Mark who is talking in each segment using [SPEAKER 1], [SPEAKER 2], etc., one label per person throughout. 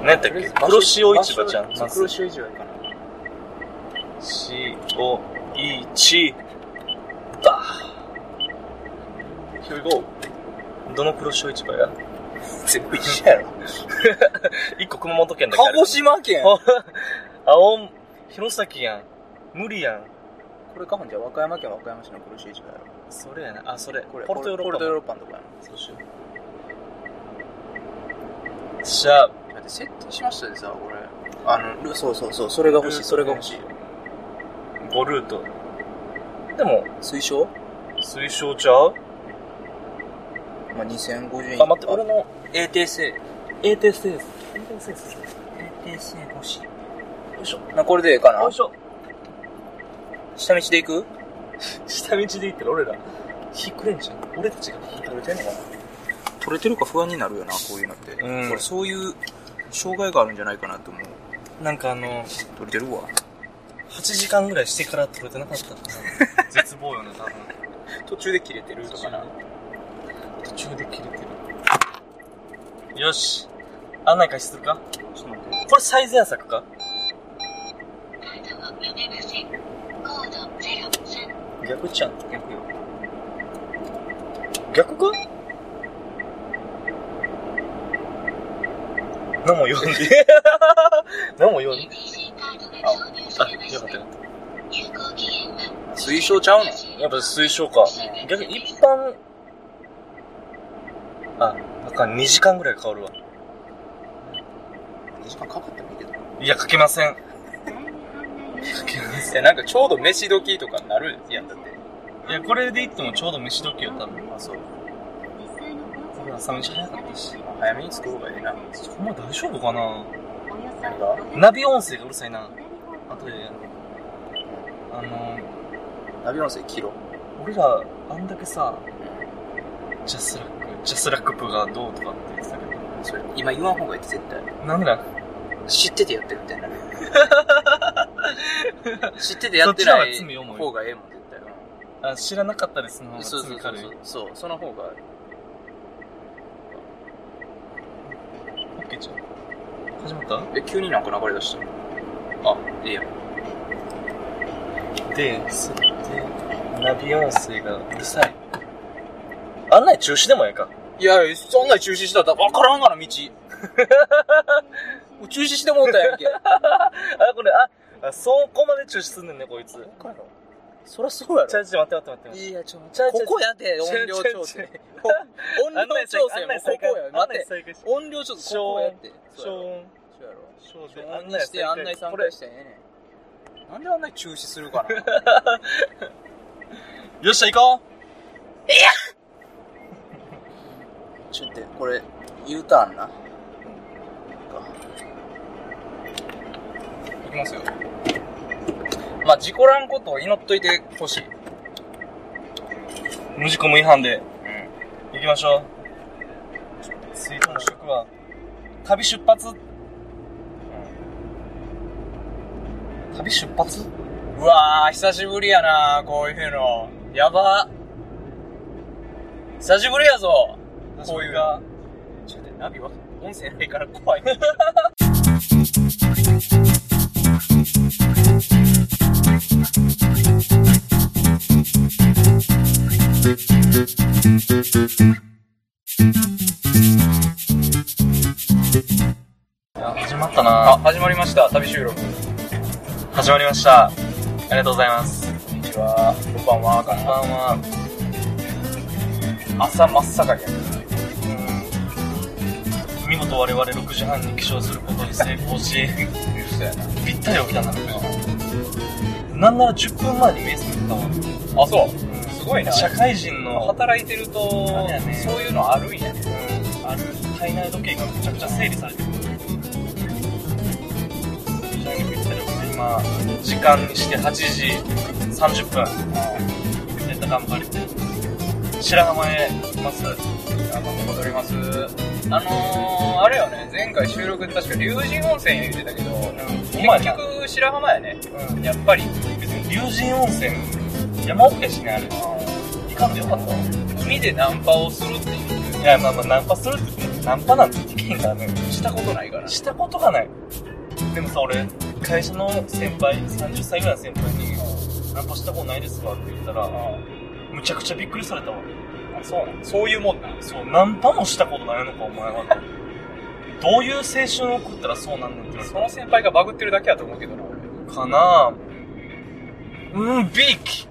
[SPEAKER 1] 何やったっけ黒潮市場ちゃん
[SPEAKER 2] そう黒潮市場やから。
[SPEAKER 1] CO 市場
[SPEAKER 2] Here we go.
[SPEAKER 1] どの黒潮市場や
[SPEAKER 2] 全部一緒やろ。
[SPEAKER 1] 一個熊本県だけあ
[SPEAKER 2] 鹿
[SPEAKER 1] る
[SPEAKER 2] 児島県
[SPEAKER 1] あ青弘前やん無理やん
[SPEAKER 2] これかほんじゃ和歌山県和歌山市の黒潮市場やろ。
[SPEAKER 1] それやなあそれ
[SPEAKER 2] これ、
[SPEAKER 1] ポルトヨーロッパ
[SPEAKER 2] ポルトヨーロッパのとこや
[SPEAKER 1] そうしようじゃあ
[SPEAKER 2] な。だって設定しましたでさ、これ。あの、ルそうそうそう、それが欲しい、それが欲しい。
[SPEAKER 1] 5ルートでも
[SPEAKER 2] 推奨
[SPEAKER 1] 推奨ちゃう
[SPEAKER 2] まあ、2050円。
[SPEAKER 1] あ待って俺の
[SPEAKER 2] ATSA。
[SPEAKER 1] ATS です
[SPEAKER 2] ATSA 欲しい。
[SPEAKER 1] よいしょ
[SPEAKER 2] な、これでええかな
[SPEAKER 1] よいしょ
[SPEAKER 2] 下道で行く
[SPEAKER 1] 下道で行ったら俺ら引くれんじゃん俺たちが引いた
[SPEAKER 2] 取れてんのかな取れてるか不安になるよな、こういうのって。
[SPEAKER 1] うん
[SPEAKER 2] 俺、そういう障害があるんじゃないかなと思う。
[SPEAKER 1] なんかあの
[SPEAKER 2] 取れてるわ。
[SPEAKER 1] 8時間ぐらいしてから取れてなかったか な絶望よね多分
[SPEAKER 2] 途中で切れてるとかな。
[SPEAKER 1] 途中で切れてるよし案内開始するか
[SPEAKER 2] ちょっと待って。
[SPEAKER 1] これ最前作か逆じゃん
[SPEAKER 2] 逆よ。
[SPEAKER 1] 逆か何も言わ んで何も言わんであよかったよかっ
[SPEAKER 2] 推奨ちゃうの
[SPEAKER 1] たやっぱ推奨か逆に一般ああかん2時間ぐらいかかるわ
[SPEAKER 2] ?2 時間かかってもいいけど。
[SPEAKER 1] いやかけませんかけま
[SPEAKER 2] いや、なんかちょうど飯時とかになるやんだって。
[SPEAKER 1] いやこれでいってもちょうど飯時よ多分
[SPEAKER 2] あ、そう。
[SPEAKER 1] 俺朝飯早かったし
[SPEAKER 2] 早めに作ろうがいいな。
[SPEAKER 1] そこまで大丈夫かな
[SPEAKER 2] 何が
[SPEAKER 1] ナビ音声がうるさいな後でやろうあの
[SPEAKER 2] ナビのせい切ろう。
[SPEAKER 1] 俺らあんだけさジャスラックジャスラックプがどうとかって言ってたけど
[SPEAKER 2] それ、今言わん方がいいって絶対。
[SPEAKER 1] なんだ
[SPEAKER 2] 知っててやってるみた いになる。知っててやってない
[SPEAKER 1] そっちの方が罪重い
[SPEAKER 2] 方がええもん、絶対。
[SPEAKER 1] あ知らなかったですの方が
[SPEAKER 2] そうそ
[SPEAKER 1] 罪
[SPEAKER 2] うそう
[SPEAKER 1] 軽い
[SPEAKER 2] そ
[SPEAKER 1] オ
[SPEAKER 2] う。そう、その方が。
[SPEAKER 1] ッケーじゃん始まっ
[SPEAKER 2] え、急になんか流れ出した。あ、いいや。
[SPEAKER 1] たでそれでナビ音声がうるさい案内中止でもええか
[SPEAKER 2] いや、そんな中止したらわからんがな、道。中止してもうたやんけ。
[SPEAKER 1] あこれああそこまで中止すんねんねこいつ
[SPEAKER 2] そらそうや
[SPEAKER 1] ちゃうちょ待って待って待って
[SPEAKER 2] いや、ちょ、
[SPEAKER 1] ちゃうちゃう
[SPEAKER 2] ここやで、音量調
[SPEAKER 1] ちゃう
[SPEAKER 2] 整
[SPEAKER 1] ちゃ。
[SPEAKER 2] ほ音量調整もここや。待って、
[SPEAKER 1] 待って
[SPEAKER 2] 音量調整、ここやって。
[SPEAKER 1] 消
[SPEAKER 2] そう
[SPEAKER 1] 音
[SPEAKER 2] やろ。
[SPEAKER 1] 消
[SPEAKER 2] そうや
[SPEAKER 1] 音
[SPEAKER 2] ろ。案内して、案内参
[SPEAKER 1] これ
[SPEAKER 2] 加して、ええねん。なんで案内中止するかな
[SPEAKER 1] よっしゃ行こ
[SPEAKER 2] ちょっと、これ、U ターンな。いきますよ。まあ、事故らんことを祈っといてほしい。
[SPEAKER 1] う無事故無違反で
[SPEAKER 2] うん。
[SPEAKER 1] 行きましょう水遁しとくわ旅出発旅出発
[SPEAKER 2] うわー、久しぶりやなこういうの。やば。久しぶりやぞ。こういう
[SPEAKER 1] が
[SPEAKER 2] ちょっとナビは音声ないから怖い。
[SPEAKER 1] 始まった
[SPEAKER 2] あ、
[SPEAKER 1] な
[SPEAKER 2] 始まりました。旅収録。こ
[SPEAKER 1] 始まりましたありがとうございます
[SPEAKER 2] んにちは。こんばんは。こんばんは。朝真っ盛りやね
[SPEAKER 1] うん見事我々6時半に起床することに成功し
[SPEAKER 2] そうやな。
[SPEAKER 1] ぴったり起きたんだねなんなら10分前に目覚めたわ
[SPEAKER 2] あ、そう。すごいな。
[SPEAKER 1] 社会人の
[SPEAKER 2] 働いてると、
[SPEAKER 1] あれやね
[SPEAKER 2] そういうのあるんやね。
[SPEAKER 1] ある体内時計がめちゃくちゃ整理されてる非常にぴったりですね今時間にして8時30分めっちゃ頑張れて白浜へ行きます
[SPEAKER 2] あの、戻ります。あのー、あれよね、前回収録で確か龍神温泉言ってたけど、
[SPEAKER 1] うんお前
[SPEAKER 2] 結
[SPEAKER 1] な
[SPEAKER 2] 局白浜やね。
[SPEAKER 1] うん
[SPEAKER 2] やっぱり。
[SPEAKER 1] 別に龍神温泉山奥やしねあれ行かんでよかったわ
[SPEAKER 2] 海でナンパをするっていう。
[SPEAKER 1] いやまあまあナンパするって言ってもナンパなんてできへんからね。
[SPEAKER 2] したことないから
[SPEAKER 1] したことがない。でもさ、俺、会社の先輩、30歳ぐらいの先輩に、ナンパしたことないですわって言ったら、むちゃくちゃびっくりされたわ。
[SPEAKER 2] あそうなんそういうもんなんです
[SPEAKER 1] そう、ナンパもしたことないのか、お前はと。どういう青春を送ったらそうなんねんって言われ
[SPEAKER 2] その先輩がバグってるだけやと思うけどな俺
[SPEAKER 1] たかなうん、ビーキ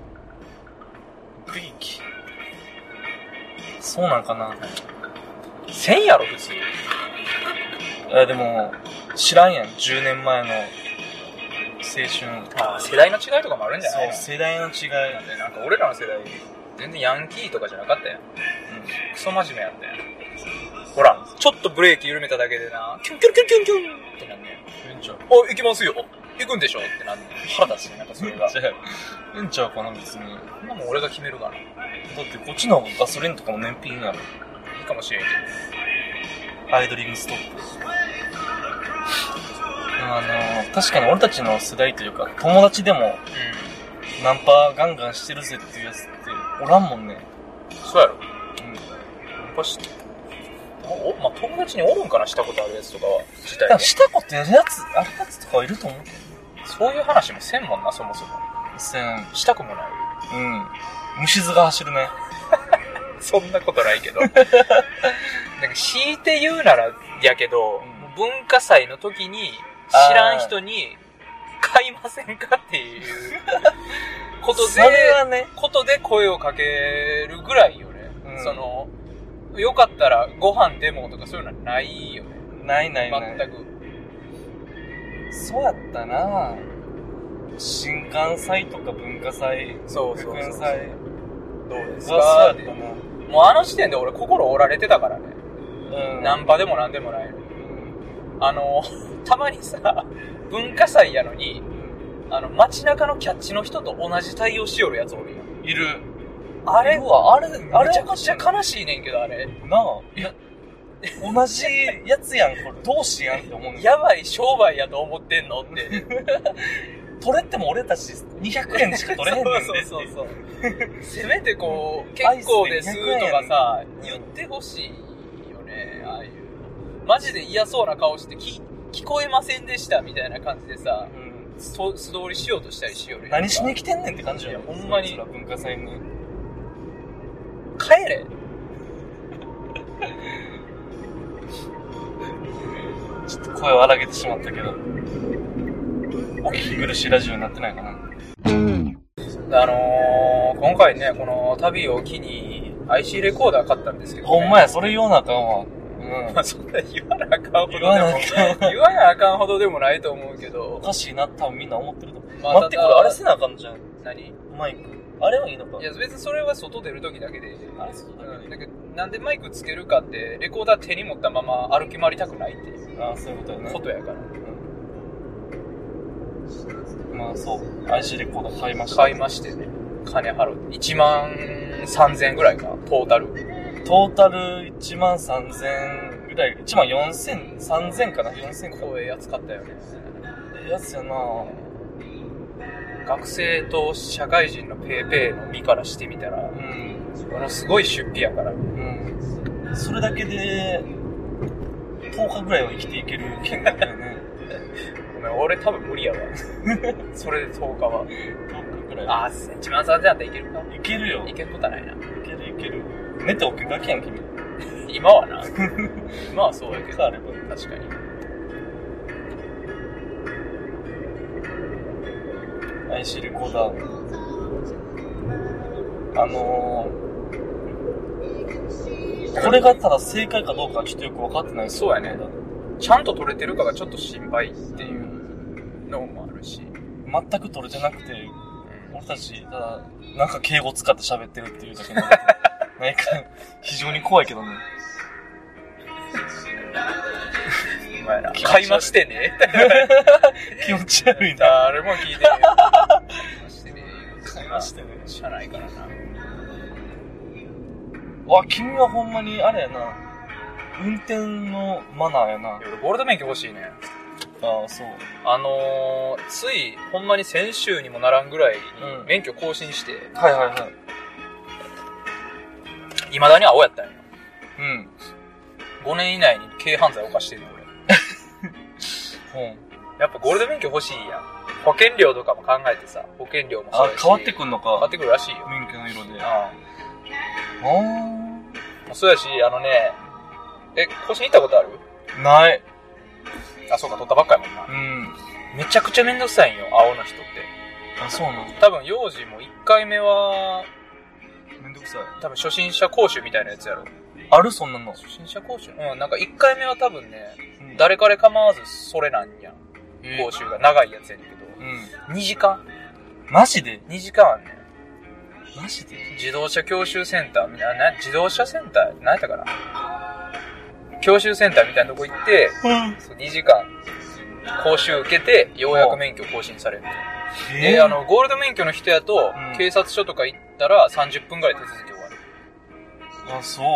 [SPEAKER 1] ビーキそうなんかな
[SPEAKER 2] せんやろ普通
[SPEAKER 1] え、でも、知らんやん。10年前の青春。
[SPEAKER 2] あ世代の違いとかもあるんじゃないの
[SPEAKER 1] そう、世代の違い。
[SPEAKER 2] でなんか俺らの世代全然ヤンキーとかじゃなかったやんクソ真面目やったやんほらちょっとブレーキ緩めただけでなキュンキュンキュンキュンキュンってなんねん
[SPEAKER 1] うん。ちゃう。
[SPEAKER 2] あ行きますよ行くんでしょってなんねん腹立つねなんかそれがそ
[SPEAKER 1] うんちゃうかな、別に。だ
[SPEAKER 2] んなもん俺が決めるからい
[SPEAKER 1] って、こっちの方がガソリンとかも燃費いいやろ。
[SPEAKER 2] いかもしれんけど
[SPEAKER 1] アイドリングストップ。あの、確かに俺たちの世代というか、友達でも
[SPEAKER 2] う
[SPEAKER 1] ナンパガンガンしてるぜっていうやつっておらんもんね。
[SPEAKER 2] んそうやろ
[SPEAKER 1] うん。
[SPEAKER 2] これしおおまあ、友達におるんかなしたことあるやつとかは自体
[SPEAKER 1] だから
[SPEAKER 2] で
[SPEAKER 1] したことやるやつ、あるやつとかはいると思うけど。
[SPEAKER 2] そういう話もせんもんなそもそも
[SPEAKER 1] せん。
[SPEAKER 2] したくもない
[SPEAKER 1] うん。虫図が走るね。
[SPEAKER 2] そんなことな いけどなんか強いて言うならやけど、
[SPEAKER 1] うん
[SPEAKER 2] 文化祭の時に知らん人に買いませんかっていうこと
[SPEAKER 1] そ
[SPEAKER 2] で
[SPEAKER 1] れはね。
[SPEAKER 2] ことで声をかけるぐらいよね、
[SPEAKER 1] うん
[SPEAKER 2] そのよかったらご飯でもとかそういうのはないよね
[SPEAKER 1] ないないない。
[SPEAKER 2] 全く
[SPEAKER 1] そうやったな新幹祭とか文化祭、
[SPEAKER 2] そう
[SPEAKER 1] 学園祭
[SPEAKER 2] どうです
[SPEAKER 1] はそ
[SPEAKER 2] か
[SPEAKER 1] うや
[SPEAKER 2] って
[SPEAKER 1] ったな。
[SPEAKER 2] もうあの時点で俺心折られてたからね。
[SPEAKER 1] うん。
[SPEAKER 2] ナンパでもなんでもないの。あの、 たまにさ、文化祭やのに、あの、街中のキャッチの人と同じ対応しよるやつおるやん。
[SPEAKER 1] いる。
[SPEAKER 2] あれ
[SPEAKER 1] うわ、あれ、あ
[SPEAKER 2] あ
[SPEAKER 1] れ
[SPEAKER 2] れめちゃ
[SPEAKER 1] おか
[SPEAKER 2] く
[SPEAKER 1] し
[SPEAKER 2] ちゃ
[SPEAKER 1] いな
[SPEAKER 2] 悲しいねんけど、あれ。
[SPEAKER 1] なあ。いや、同じやつやん、これ。同志やんって思うねん。
[SPEAKER 2] やばい商売やと思ってんのって。
[SPEAKER 1] 取れても俺たち200円しか取れへんねんで。
[SPEAKER 2] そうそうそうそう。せめてこう、結構ですとかさ、言ってほしいよね、ああいうの。マジで嫌そうな顔して、き聞こえませんでしたみたいな感じでさ、
[SPEAKER 1] うん
[SPEAKER 2] そ素通りしようとしたりしよるやんか
[SPEAKER 1] 何しに来てんねんって感じよ。
[SPEAKER 2] いやほんまに
[SPEAKER 1] そいつら文化祭に。
[SPEAKER 2] 帰れ
[SPEAKER 1] ちょっと声を荒げてしまったけど。お聞き苦しいラジオになってないかな。
[SPEAKER 2] あのー、今回ねこの旅を機に IC レコーダー買ったんですけど、ね、
[SPEAKER 1] ほんまや、それ言わなあかんわ。う
[SPEAKER 2] ま
[SPEAKER 1] ん。
[SPEAKER 2] あそんな言わなあかんほどで
[SPEAKER 1] 言わなあ
[SPEAKER 2] も
[SPEAKER 1] かんわ。
[SPEAKER 2] 言わなあかんほどでもないと思うけ
[SPEAKER 1] お
[SPEAKER 2] ど
[SPEAKER 1] かしいな、多分みんな思ってると思う。
[SPEAKER 2] まあ
[SPEAKER 1] 待って、こ
[SPEAKER 2] た
[SPEAKER 1] れ
[SPEAKER 2] だ
[SPEAKER 1] あれせなあかんじゃん。
[SPEAKER 2] 何い
[SPEAKER 1] マイク。あれはいいのか。
[SPEAKER 2] や別にそれは外出る時だけで
[SPEAKER 1] あれ外出る時
[SPEAKER 2] うんだけどなんでマイクつけるかってレコーダー手に持ったまま歩き回りたくないっていう
[SPEAKER 1] ああ、そういうことやね。
[SPEAKER 2] ことやから
[SPEAKER 1] うんまあ、そう。IC レコーダー買いました。
[SPEAKER 2] 買いましてね金払う1万3000円ぐらいかトータル
[SPEAKER 1] トータル1万3000ぐらい、1万4000、3000かな ?4000 か。
[SPEAKER 2] こういうやつ買ったよね
[SPEAKER 1] ええやつやな
[SPEAKER 2] 学生と社会人のペーペーの身からしてみたら
[SPEAKER 1] う、ん。
[SPEAKER 2] ものすごい出費やから、
[SPEAKER 1] うん。それだけで、10日ぐらいは生きていける金額だよね。
[SPEAKER 2] ごめん、俺多分無理やわ。 それで10日は。
[SPEAKER 1] 10日ぐらい。
[SPEAKER 2] あ、1万3000だったらいけるか
[SPEAKER 1] いけるよ。
[SPEAKER 2] い
[SPEAKER 1] い
[SPEAKER 2] けることはないな。
[SPEAKER 1] けるいける。寝ておけだけやん、君。
[SPEAKER 2] 今は な。今はそうやけ
[SPEAKER 1] さあ
[SPEAKER 2] ど、
[SPEAKER 1] れば。
[SPEAKER 2] 確かに。
[SPEAKER 1] IC レコーダー。あのー、これがただ正解かどうかはちょっとよく分かってないです
[SPEAKER 2] そうやねちゃんと取れてるかがちょっと心配っていうのもあるし。
[SPEAKER 1] 全く取れてなくて、
[SPEAKER 2] うん
[SPEAKER 1] 俺たち、ただ、なんか敬語使って喋ってるっていうだけ の、なんか、非常に怖いけどね。
[SPEAKER 2] お前ら
[SPEAKER 1] 気持ち悪い
[SPEAKER 2] 買いまして ね。
[SPEAKER 1] 気持ち悪いな。
[SPEAKER 2] 誰も聞いてねえよ。買いましてね。
[SPEAKER 1] 買いましてね。
[SPEAKER 2] 知らないからな。
[SPEAKER 1] わ、君はほんまに、あれやな、運転のマナーやな。あ
[SPEAKER 2] いや俺ゴールド免許欲しいね。
[SPEAKER 1] あ、そう。
[SPEAKER 2] あのー、つい、ほんまに先週にもならんぐらいに
[SPEAKER 1] うん
[SPEAKER 2] 免許更新して、
[SPEAKER 1] はいはいはい。
[SPEAKER 2] 未だに青やったんよ。
[SPEAKER 1] うん。
[SPEAKER 2] 5年以内に軽犯罪を犯してるよ、俺。うん。やっぱゴールド免許欲しいやん。保険料とかも考えてさ、保険料もそう
[SPEAKER 1] あ
[SPEAKER 2] やし
[SPEAKER 1] 変わってくんの
[SPEAKER 2] 変わ
[SPEAKER 1] か
[SPEAKER 2] ってくるらしいよ。
[SPEAKER 1] 免許の色であ
[SPEAKER 2] あ
[SPEAKER 1] あ
[SPEAKER 2] あ。そうやし、あのね、え、腰に行ったことある
[SPEAKER 1] ない
[SPEAKER 2] あ、そうか、取ったばっかやもんな
[SPEAKER 1] う。ん
[SPEAKER 2] めちゃくちゃめんどくさいんよ、青の人って。
[SPEAKER 1] あそうな
[SPEAKER 2] 多分、幼児も1回目は、
[SPEAKER 1] のめんどくさい
[SPEAKER 2] 多分初心者講習みたいなやつやろ。
[SPEAKER 1] あるそんなの、
[SPEAKER 2] 初心者講習うん、なんか1回目は多分ね、
[SPEAKER 1] うん
[SPEAKER 2] 誰彼構わずそれなんやん。講習が長いやつやねんけど。
[SPEAKER 1] うん
[SPEAKER 2] 2時間
[SPEAKER 1] マジで
[SPEAKER 2] ?2 時間あんねん。
[SPEAKER 1] マジで
[SPEAKER 2] 自動車教習センターみたいな、自動車センター何やったかな教習センターみたいなとこ行って、
[SPEAKER 1] うん
[SPEAKER 2] そう2時間講習受けて、ようやく免許更新される。で、あの、ゴールド免許の人やと、
[SPEAKER 1] うん
[SPEAKER 2] 警察署とか行ったら30分ぐらい手続き終わる。
[SPEAKER 1] あそう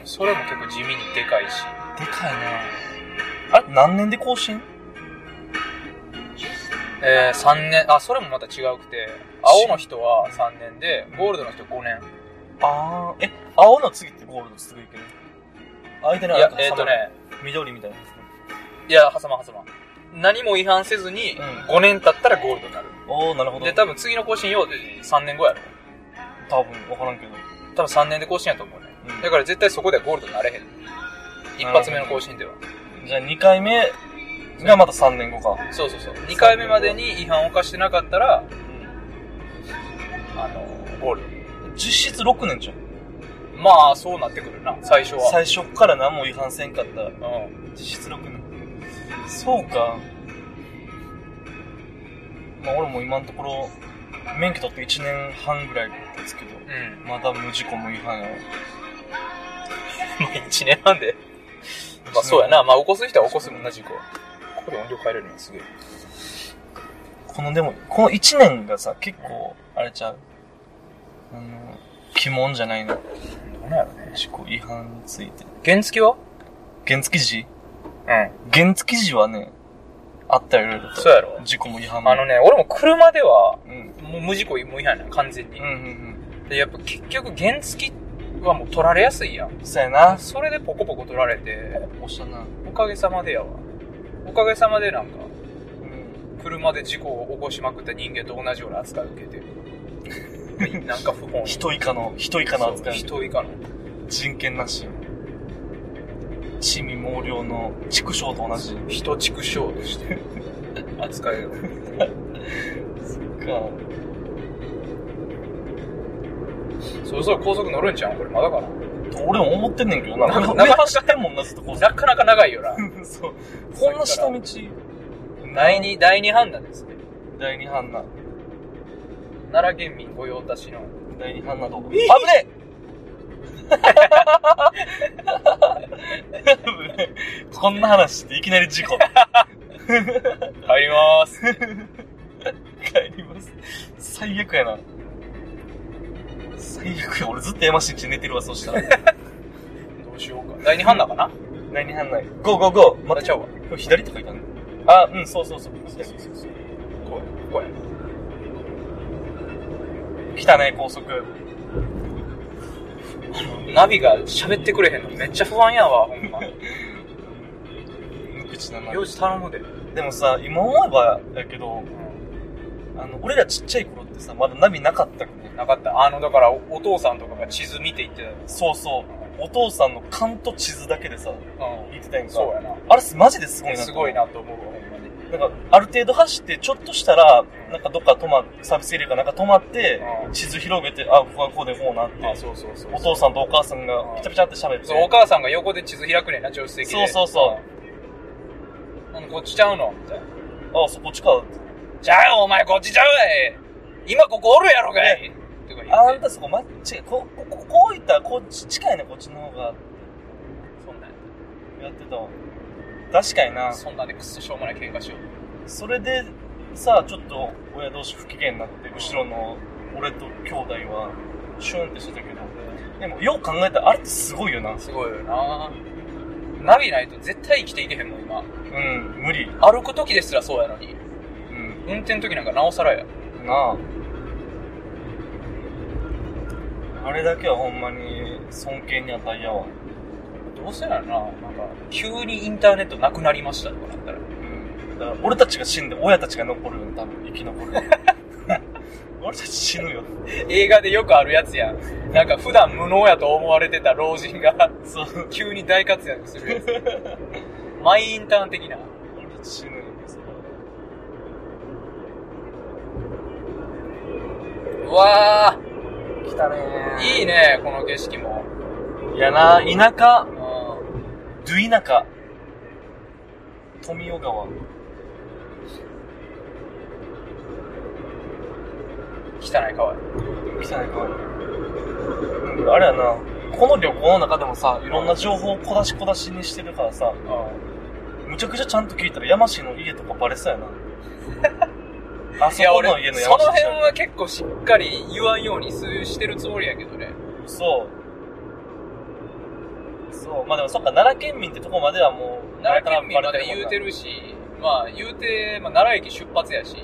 [SPEAKER 2] うんそれも結構地味にでかいし。
[SPEAKER 1] でかいなあれ何年で更新
[SPEAKER 2] えー、3年、あ、それもまた違うくて、青の人は3年で、ゴールドの人5年。
[SPEAKER 1] ああえ青の次ってゴールドすぐいけど間に
[SPEAKER 2] いや
[SPEAKER 1] あ、る
[SPEAKER 2] えっ、とね、
[SPEAKER 1] 緑みたいなや
[SPEAKER 2] いや、挟まん挟まん。何も違反せずに、
[SPEAKER 1] うん
[SPEAKER 2] 5年経ったらゴールドになる。
[SPEAKER 1] つおおなるほど
[SPEAKER 2] で、多分次の更新用で3年後やろ。
[SPEAKER 1] 多分分からんけど、
[SPEAKER 2] 多分3年で更新やと思うね。
[SPEAKER 1] うん
[SPEAKER 2] だから絶対そこではゴールドになれへん。一発目の更新では。
[SPEAKER 1] じゃあ2回目がまた3年後か
[SPEAKER 2] そうそうそう。2回目までに違反を犯してなかったら、あの、ゴール
[SPEAKER 1] 実質6年じゃん
[SPEAKER 2] ド。まあ、そうなってくるな、最初は。
[SPEAKER 1] 最初っから何も違反せんかったら
[SPEAKER 2] うん。
[SPEAKER 1] 実質6年そうかまあ俺も今のところ免許取って1年半ぐらいですけど
[SPEAKER 2] うん。
[SPEAKER 1] まだ無事故無違反やわ
[SPEAKER 2] まあ、1年半で。まあ、そうやな。まあ、起こす人は起こすもんな、事故。ここで音量変えれるのすごい。
[SPEAKER 1] このでもこの1年がさ結構あれちゃうあの鬼門じゃないの
[SPEAKER 2] どうなんやろね。
[SPEAKER 1] 事故違反について
[SPEAKER 2] 原付は
[SPEAKER 1] 原付時
[SPEAKER 2] うん。
[SPEAKER 1] 原付時はねあったよいろいろと
[SPEAKER 2] そうやろ。
[SPEAKER 1] 事故も違反も
[SPEAKER 2] あのね、俺も車では、
[SPEAKER 1] うん
[SPEAKER 2] もう無事故無違反やん、完全に
[SPEAKER 1] うんう。ん
[SPEAKER 2] で、やっぱ結局原付はもう取られやすいやん。
[SPEAKER 1] うんそうやな
[SPEAKER 2] それでポコポコ取られて、
[SPEAKER 1] 押したな
[SPEAKER 2] おかげさまでやわ。おかげさまでなんか、
[SPEAKER 1] うん
[SPEAKER 2] 車で事故を起こしまくった人間と同じような扱いを受けてる。 なんか不本意。
[SPEAKER 1] 人以下の人以下の扱い
[SPEAKER 2] 人以下の。
[SPEAKER 1] 人権なし地味猛量の畜生と同じか
[SPEAKER 2] 人畜生として 扱いを。そろそろ高速乗るんちゃうんこれまだかな
[SPEAKER 1] と俺も思ってんねんけどな
[SPEAKER 2] な
[SPEAKER 1] 俺
[SPEAKER 2] な
[SPEAKER 1] 上走ってんもんなずっとこう
[SPEAKER 2] なかなか長いよな。
[SPEAKER 1] そうこんな下道
[SPEAKER 2] 第二、第二判断ですね。
[SPEAKER 1] 第二版な
[SPEAKER 2] 奈良県民御用達の。
[SPEAKER 1] 第二版なとこ危
[SPEAKER 2] え
[SPEAKER 1] ね
[SPEAKER 2] い
[SPEAKER 1] え危ねえ こんな話していきなり事故
[SPEAKER 2] 入りまーす。
[SPEAKER 1] 帰ります最悪やな最悪や俺ずっと山市地寝てるわそした ら
[SPEAKER 2] どうしようか。第二判断かな
[SPEAKER 1] 第二版なゴーゴーゴーま
[SPEAKER 2] また
[SPEAKER 1] た
[SPEAKER 2] ちゃうわ。
[SPEAKER 1] 今日左って書いてあるあうんそうそうそう
[SPEAKER 2] こうや。こうや。
[SPEAKER 1] 来たね高速
[SPEAKER 2] ナビが喋ってくれへんのめっちゃ不安やわ、ほんま。
[SPEAKER 1] 無口だな
[SPEAKER 2] 用事頼むで。うん。
[SPEAKER 1] でもさ今思えばやけどあの俺らちっちゃい頃ってさまだナビなかったよね
[SPEAKER 2] なかった。あの、だからお、お父さんとかが地図見ていって
[SPEAKER 1] そうそうお父さんの勘と地図だけでさ
[SPEAKER 2] たよ。
[SPEAKER 1] 言ってたやん
[SPEAKER 2] うん。
[SPEAKER 1] か
[SPEAKER 2] そうやな。
[SPEAKER 1] あれマジですごいなと
[SPEAKER 2] すごいなと思うわ、ほんまに。
[SPEAKER 1] なんかある程度走ってちょっとしたらなんかどっか止まサービスエリアかなんか止まって
[SPEAKER 2] う
[SPEAKER 1] 地図広げてあここはこうでこうなって
[SPEAKER 2] あ、そうそうそう。
[SPEAKER 1] お父さんとお母さんがピチャピチャって喋って
[SPEAKER 2] そう、お母さんが横で地図開くねんな、助手席で。。
[SPEAKER 1] そうそうそう
[SPEAKER 2] あの、こっちちゃうのみたいな。
[SPEAKER 1] あそこっちか
[SPEAKER 2] じゃあ、お前こっちちゃうわい今ここおるやろかいとか言
[SPEAKER 1] あ
[SPEAKER 2] うんて。
[SPEAKER 1] たそこ間違えここここういったらこっち近いねこっちの方が
[SPEAKER 2] そんなん
[SPEAKER 1] やってたわ確かにな
[SPEAKER 2] そんなんでくっそしょうもない喧嘩しよう。
[SPEAKER 1] それでさちょっと親同士不機嫌になって後ろの俺と兄弟はシュンってしてたけどでもよう考えたらあれってすごいよな
[SPEAKER 2] すごいよなナビないと絶対生きていけへんもん、今。
[SPEAKER 1] うん無理
[SPEAKER 2] 歩く時ですらそうやのに。
[SPEAKER 1] うん
[SPEAKER 2] 運転時なんかなおさらや。
[SPEAKER 1] なああれだけはほんまに尊敬に値やわ。
[SPEAKER 2] どうせならな、なんか、急にインターネットなくなりましたとかなったら。
[SPEAKER 1] うん。だから俺たちが死んで、親たちが残るよね、多分、生き残る よ。俺たち死ぬよ。
[SPEAKER 2] 映画でよくあるやつやん。なんか普段無能やと思われてた老人が
[SPEAKER 1] そう。
[SPEAKER 2] 急に大活躍する やつ。マイインターン的な。
[SPEAKER 1] 俺たち死ぬよ、それは
[SPEAKER 2] うわあ、
[SPEAKER 1] 来たね
[SPEAKER 2] いいね、この景色も。
[SPEAKER 1] いやな、田舎、
[SPEAKER 2] うん
[SPEAKER 1] ど田舎。富岡川。
[SPEAKER 2] 汚い川や。
[SPEAKER 1] 来たね、川うんあれやな、この旅行の中でもさ、いろんな情報を小出し小出しにしてるからさ、むちゃくちゃちゃんと聞いたら山氏の家とかバレそうや な。あそ
[SPEAKER 2] いや、
[SPEAKER 1] こ
[SPEAKER 2] 俺
[SPEAKER 1] の家、の
[SPEAKER 2] その
[SPEAKER 1] 山氏
[SPEAKER 2] 辺は結構しっかり言わんようにすしてるつもりやけどね。
[SPEAKER 1] そう。そう。まあでもそっか、奈良県民ってとこまではもう、
[SPEAKER 2] 奈良県民ま
[SPEAKER 1] バレ
[SPEAKER 2] で
[SPEAKER 1] もん
[SPEAKER 2] 言
[SPEAKER 1] な
[SPEAKER 2] うてるし、まあ言うて、まあ、奈良駅出発やし、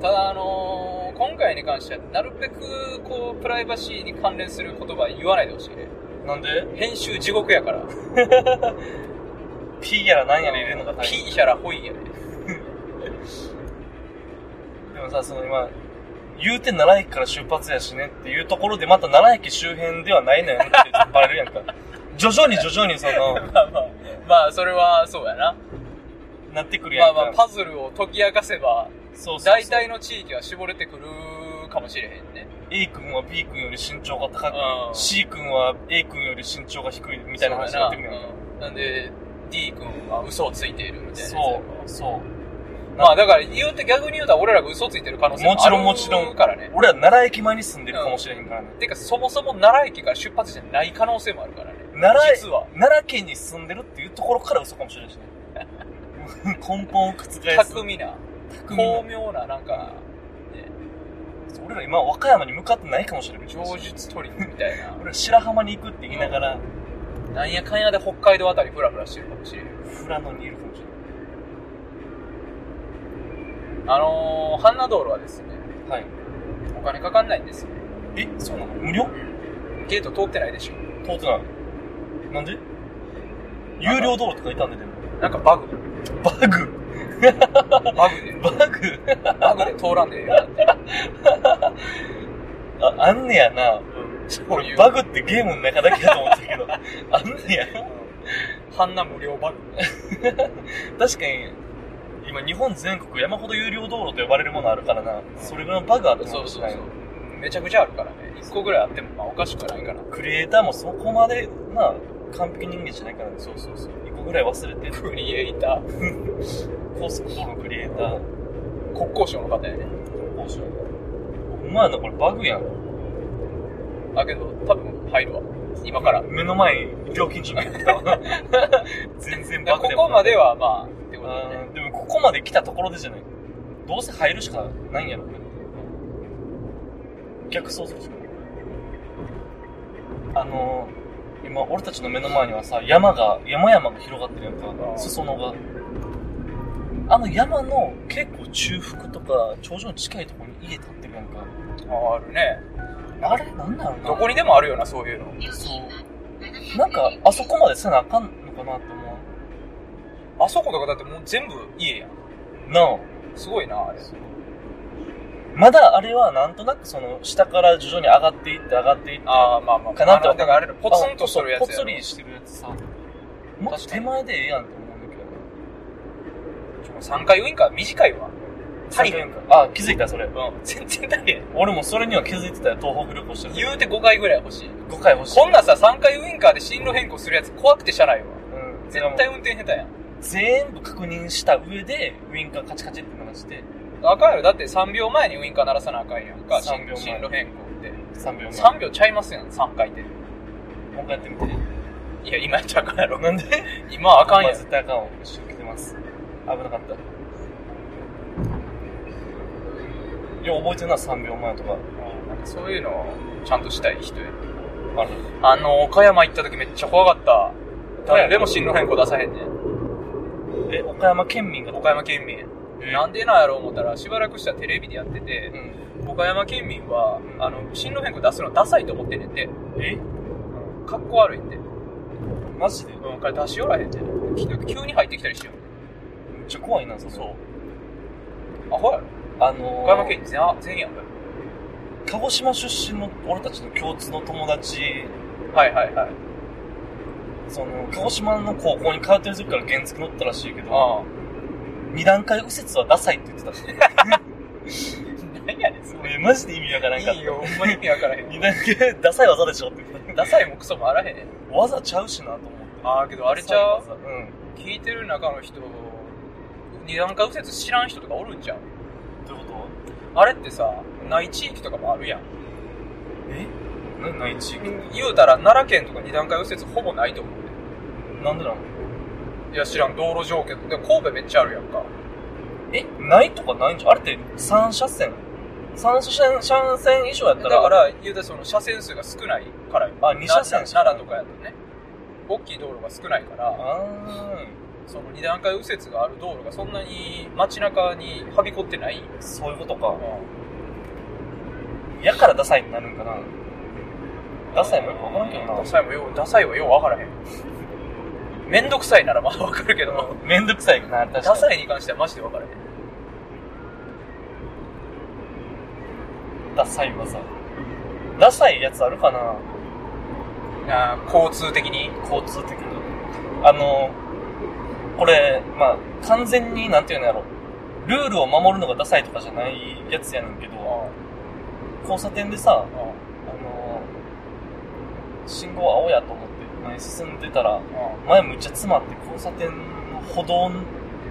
[SPEAKER 2] ただあのー今回に関しては、なるべくこう、プライバシーに関連する言葉言わないでほしいね。
[SPEAKER 1] なんで
[SPEAKER 2] 編集地獄やから。
[SPEAKER 1] ?P やら何やら入れるのが大変。
[SPEAKER 2] ピーやらほいやね。
[SPEAKER 1] でもさ、その今、言うて奈良駅から出発やしねっていうところで、また奈良駅周辺ではないのよって バレるやんか。徐々に徐々にその、
[SPEAKER 2] まあまあ、まあそれはそうやな。
[SPEAKER 1] なってくる
[SPEAKER 2] ま
[SPEAKER 1] や
[SPEAKER 2] あ
[SPEAKER 1] んか。
[SPEAKER 2] まあ、パズルを解き明かせば、
[SPEAKER 1] そうそうそう
[SPEAKER 2] 大体の地域は絞れてくるかもしれへんね。
[SPEAKER 1] A 君は B 君より身長が高く、
[SPEAKER 2] うん。
[SPEAKER 1] C 君は A 君より身長が低いみたいな話になってくるやんか。
[SPEAKER 2] うんなんで、D 君は嘘をついているみたいなやつや
[SPEAKER 1] そ
[SPEAKER 2] ろ。
[SPEAKER 1] う、そう。
[SPEAKER 2] まあだから言うて逆に言うたら俺らが嘘ついてる可能性もある
[SPEAKER 1] もちろんもちろん
[SPEAKER 2] からね。
[SPEAKER 1] 俺は奈良駅前に住んでるかもしれへんからね。
[SPEAKER 2] てかそもそも奈良駅から出発じゃない可能性もあるからね。
[SPEAKER 1] 奈良
[SPEAKER 2] 実は。
[SPEAKER 1] 奈良県に住んでるっていうところから嘘かもしれないしね。 根本を覆す。
[SPEAKER 2] 巧みな、
[SPEAKER 1] 巧みな
[SPEAKER 2] 巧妙ななんか、ね、
[SPEAKER 1] 俺ら今和歌山に向かってないかもしれない。
[SPEAKER 2] 上術トリックみたいな。
[SPEAKER 1] 俺ら白浜に行くって言いながら、
[SPEAKER 2] なんやかんやで北海道あたりフラフラしてるかもしれん。
[SPEAKER 1] 富良野にいるかもしれ
[SPEAKER 2] あのー、半ナ道路はですね、
[SPEAKER 1] ない。はい。
[SPEAKER 2] お金かかんないんですよ。
[SPEAKER 1] え、そうなの無料
[SPEAKER 2] ゲート通ってないでしょ。
[SPEAKER 1] 通ってない。なんで有料道路とかいたんででも。
[SPEAKER 2] なんかバグ。
[SPEAKER 1] バグ。
[SPEAKER 2] バグで
[SPEAKER 1] バグ
[SPEAKER 2] バグで通らんでええよだって。
[SPEAKER 1] あ、あんねやな。
[SPEAKER 2] そうい
[SPEAKER 1] 俺
[SPEAKER 2] う。
[SPEAKER 1] バグってゲームの中だけだと思ってたけど、 あんねや。
[SPEAKER 2] 半ナ無料バグ。
[SPEAKER 1] 確かに、今日本全国山ほど有料道路と呼ばれるものあるからな。それぐらいのバグあっても
[SPEAKER 2] そう
[SPEAKER 1] し
[SPEAKER 2] そう
[SPEAKER 1] ない
[SPEAKER 2] そう。めちゃくちゃあるからね。1個ぐらいあってもまあおかしくないから。
[SPEAKER 1] クリエイターもそこまで、な、完璧人間じゃないからね。
[SPEAKER 2] そうそうそう。
[SPEAKER 1] 一個ぐらい忘れて、
[SPEAKER 2] クリエイター、
[SPEAKER 1] 高速道路クリエイター、
[SPEAKER 2] 国交省の方やね。
[SPEAKER 1] どうしよう。お前のこれバグやん。
[SPEAKER 2] だけど、多分入るわ。今から。だ
[SPEAKER 1] 目の前に料金所見えてきた わ。全然
[SPEAKER 2] から
[SPEAKER 1] バグ
[SPEAKER 2] こ
[SPEAKER 1] でも
[SPEAKER 2] こまではまあ、ってことだね。
[SPEAKER 1] うんでもここまで来たところでじゃない。どうせ入るしかないんやろね。逆走するしかない。あのー、今俺たちの目の前にはさ、山が、山々が広がってるやん
[SPEAKER 2] う
[SPEAKER 1] か、
[SPEAKER 2] ん
[SPEAKER 1] 裾野が。あの山の結構中腹とか頂上に近いところに家建ってるやんか。
[SPEAKER 2] ああるね。
[SPEAKER 1] あれなんだろうな。
[SPEAKER 2] どこにでもあるよな、そういうの。
[SPEAKER 1] そう。なんか、あそこまでせなあかんのかなって思
[SPEAKER 2] あそことかだってもう全部家やん。
[SPEAKER 1] う。なあ。
[SPEAKER 2] すごいな、あれ。
[SPEAKER 1] まだあれはなんとなくその下から徐々に上がっていって上がっていって
[SPEAKER 2] ああ、まあまあ。
[SPEAKER 1] かなって
[SPEAKER 2] あのだからあれだ、ポツンとするやつや
[SPEAKER 1] ポツ
[SPEAKER 2] ろ
[SPEAKER 1] リしてるやつさもっと手前でええやんって思うんだけど
[SPEAKER 2] 3回ウインカー短いわ。足りへん
[SPEAKER 1] かあ気づいたそれ
[SPEAKER 2] うん。全然足りへん。
[SPEAKER 1] 俺もそれには気づいてたよ東北旅行してる
[SPEAKER 2] 言うて5回ぐらい欲しい。
[SPEAKER 1] 5回欲しい
[SPEAKER 2] こんなさ、3回ウインカーで進路変更するやつ怖くて車内は。
[SPEAKER 1] うん
[SPEAKER 2] 絶対運転下手やん。
[SPEAKER 1] 全部確認した上でウインカーカチカチって鳴らして
[SPEAKER 2] あかんやろ。だって3秒前にウインカー鳴らさなあかんやんか。進
[SPEAKER 1] 3秒前
[SPEAKER 2] 進路変更って。
[SPEAKER 1] 3秒前
[SPEAKER 2] 3秒ちゃいますやん、3回転。
[SPEAKER 1] もう一回やってみて
[SPEAKER 2] いや、今やっちゃあかんやろ。
[SPEAKER 1] なんで
[SPEAKER 2] 今はあかんや
[SPEAKER 1] ま
[SPEAKER 2] ん。
[SPEAKER 1] 絶対あかんわ一緒に来てます危なかったいや覚えてるな3秒前とか
[SPEAKER 2] なんかそういうのをちゃんとしたい人や。
[SPEAKER 1] ある
[SPEAKER 2] あの、岡山行った時めっちゃ怖かった。誰でも進路変更出さへんねん。
[SPEAKER 1] え岡山県民が
[SPEAKER 2] 岡山県民。
[SPEAKER 1] ええ
[SPEAKER 2] なんでなんやろう思ったら、しばらくしたらテレビでやってて
[SPEAKER 1] う、ん。
[SPEAKER 2] 岡山県民は、あの、進路変更出すのダサいと思ってんねんて。
[SPEAKER 1] え
[SPEAKER 2] かっこ悪いって。
[SPEAKER 1] マジでめっ
[SPEAKER 2] うん、から出しよらへんって。急に入ってきたりしてよ。
[SPEAKER 1] ちゃ怖いな、それ。
[SPEAKER 2] そう。アホやろ。
[SPEAKER 1] あのー、
[SPEAKER 2] 岡山県民全員、全員やんかよ。
[SPEAKER 1] 鹿児島出身の俺たちの共通の友達、
[SPEAKER 2] はいはいはい。
[SPEAKER 1] その、鹿児島の高校に通ってる時から原付乗ったらしいけど、
[SPEAKER 2] ああ。
[SPEAKER 1] 二段階右折はダサいって言ってたし。
[SPEAKER 2] 何やねん、それ。
[SPEAKER 1] 俺マジで意味わからんかっ
[SPEAKER 2] いいよ、ほんまに意味わからへ
[SPEAKER 1] た。
[SPEAKER 2] ん。
[SPEAKER 1] 二段階、ダサい技でしょって言って
[SPEAKER 2] ダサいもクソもあらへん。
[SPEAKER 1] た。技ちゃうしなと思って。
[SPEAKER 2] ああ、けどあれちゃう
[SPEAKER 1] ダサい技うん。
[SPEAKER 2] 聞いてる中の人、二段階右折知らん人とかおるんじゃん。
[SPEAKER 1] どういうこ
[SPEAKER 2] あれってさ、ない地域とかもあるやん。
[SPEAKER 1] とえ何ない地域
[SPEAKER 2] 言うたら奈良県とか二段階右折ほぼないと思うね。
[SPEAKER 1] なんでなの
[SPEAKER 2] いや、知らん、道路条件。でも神戸めっちゃあるやんか。
[SPEAKER 1] えないとかないんじゃんあれって三車線三車線車線以上やっ
[SPEAKER 2] だ
[SPEAKER 1] たら。
[SPEAKER 2] から、言うたらその車線数が少ないからよ
[SPEAKER 1] あ二車線
[SPEAKER 2] な奈良とかやとね。大きい道路が少ないから、
[SPEAKER 1] あ
[SPEAKER 2] その二段階右折がある道路がそんなに街中にはびこってないんよ。
[SPEAKER 1] ー、そういうことか
[SPEAKER 2] う。ん
[SPEAKER 1] やからダサいになるんかな。ダサいもよくわからんけど
[SPEAKER 2] ダサいもよう、ダサいはようわからへん。めんどくさいならまだわかるけど、
[SPEAKER 1] な。めんどくさいな、確かに。
[SPEAKER 2] ダサ
[SPEAKER 1] い。
[SPEAKER 2] いに関してはマジでわからへん。
[SPEAKER 1] ダサい技。ダサいやつあるかな
[SPEAKER 2] あー交通的に。
[SPEAKER 1] 交通的に。あの、これ、まあ、完全に、なんていうのやろ。ルールを守るのがダサいとかじゃないやつやねんけど、交差点でさ、あの、信号青やと思って前進んでたら、前むっちゃ詰まって交差点の歩道に、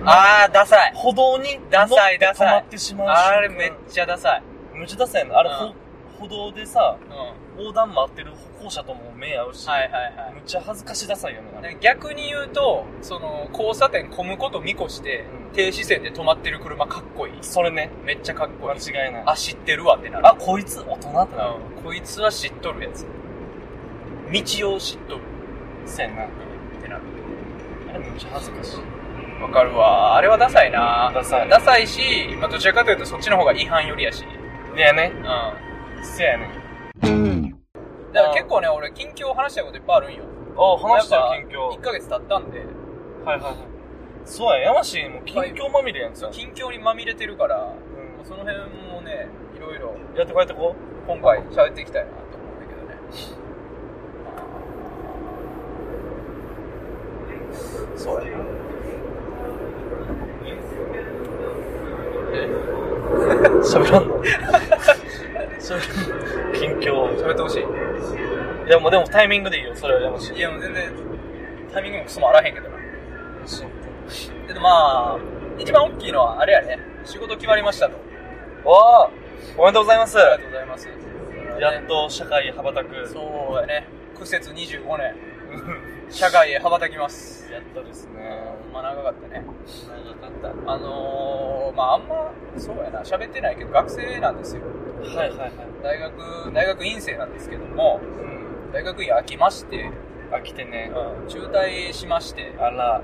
[SPEAKER 2] あー、ダサい。
[SPEAKER 1] 歩道に
[SPEAKER 2] ダサい
[SPEAKER 1] 乗
[SPEAKER 2] ダ
[SPEAKER 1] って止
[SPEAKER 2] サ
[SPEAKER 1] ま
[SPEAKER 2] い
[SPEAKER 1] ってしまう瞬間
[SPEAKER 2] あれめっちゃダサい。
[SPEAKER 1] むっちゃダサいな。あれ、
[SPEAKER 2] うん
[SPEAKER 1] ほ歩道でさ、
[SPEAKER 2] うん。はい
[SPEAKER 1] 横断待ってる歩行者とも目合うし、
[SPEAKER 2] はいは
[SPEAKER 1] むっちゃ恥ずかしダサいよね。あれ
[SPEAKER 2] い。逆に言うと、その、交差点混むこと見越して
[SPEAKER 1] う、ん
[SPEAKER 2] 停止線で止まってる車かっこいい。
[SPEAKER 1] それね、
[SPEAKER 2] めっちゃかっこ
[SPEAKER 1] 間
[SPEAKER 2] いい。
[SPEAKER 1] 違いない。
[SPEAKER 2] あ、知ってるわってなる。
[SPEAKER 1] あ、こいつ大人ってなる。
[SPEAKER 2] うん。こいつは知っとるやつ。道を知っとる
[SPEAKER 1] せやな。
[SPEAKER 2] ってなる。
[SPEAKER 1] あれむっちゃ恥ずかしい。
[SPEAKER 2] わかるわ。あれはダサいな。
[SPEAKER 1] ダサい
[SPEAKER 2] ダサいし、まあ、どちらかというとそっちの方が違反よりやし。
[SPEAKER 1] いやね
[SPEAKER 2] う、ん。だか
[SPEAKER 1] せやね。
[SPEAKER 2] ら結構ね、俺、近況話したいこといっぱいあるんよ。
[SPEAKER 1] あ、話したよ、
[SPEAKER 2] やっ
[SPEAKER 1] 近
[SPEAKER 2] ぱ
[SPEAKER 1] 況
[SPEAKER 2] 1。ヶ月経ったんで、
[SPEAKER 1] はいはいはい。そうや、山氏も近況まみれやん
[SPEAKER 2] そ
[SPEAKER 1] さ
[SPEAKER 2] う。近況にまみれてるから、も
[SPEAKER 1] う
[SPEAKER 2] うその辺もね、いろいろ
[SPEAKER 1] んやって帰ってこ
[SPEAKER 2] 今回喋っていきたいなと思うんだけどね。そうやな。え
[SPEAKER 1] う。喋らんの 喋らんの近況。
[SPEAKER 2] 喋ってほしい。
[SPEAKER 1] いや、もうでもタイミングでいいよ、それは山氏。
[SPEAKER 2] いやもう全然タイミングもクソもあらへんけどな
[SPEAKER 1] そう
[SPEAKER 2] けどまあ一番大きいのはあれやね仕事決まりましたと
[SPEAKER 1] わあおめでとうございます。
[SPEAKER 2] ありがとうございます
[SPEAKER 1] やっと社会へ羽ばたく。
[SPEAKER 2] そうやね苦節25年社会へ羽ばたきま す
[SPEAKER 1] やっとですね。
[SPEAKER 2] まあ長かったね
[SPEAKER 1] 長かった。
[SPEAKER 2] あのー、まああんまそうやな喋ってないけど学生なんですよ
[SPEAKER 1] はいはいはい。
[SPEAKER 2] 大学大学院生なんですけども
[SPEAKER 1] うん。
[SPEAKER 2] 大学院飽きまして、
[SPEAKER 1] あ、来てね。
[SPEAKER 2] 中退しまして
[SPEAKER 1] あら。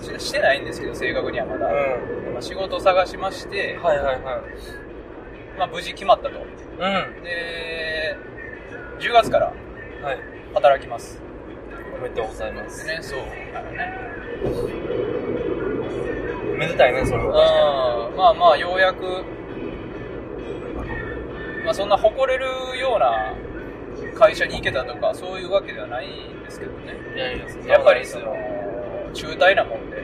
[SPEAKER 2] ししてないんですけど正確にはまだ、
[SPEAKER 1] う
[SPEAKER 2] まあ、仕事探しまして
[SPEAKER 1] ん。、はいはいはい。
[SPEAKER 2] まあ、無事決まったと
[SPEAKER 1] う
[SPEAKER 2] で、10月から
[SPEAKER 1] ん。はい。
[SPEAKER 2] 働きます。
[SPEAKER 1] おめでとうございま。
[SPEAKER 2] ですね、そう。あのね。
[SPEAKER 1] めでたいね、それ
[SPEAKER 2] うん
[SPEAKER 1] は。、
[SPEAKER 2] まあまあ、ようやく、まあそんな誇れるような会社に行けたとか、そういうわけではないんですけどね。
[SPEAKER 1] いやいや、
[SPEAKER 2] やっぱり
[SPEAKER 1] そ
[SPEAKER 2] そうの
[SPEAKER 1] だね、
[SPEAKER 2] 中退なもんで、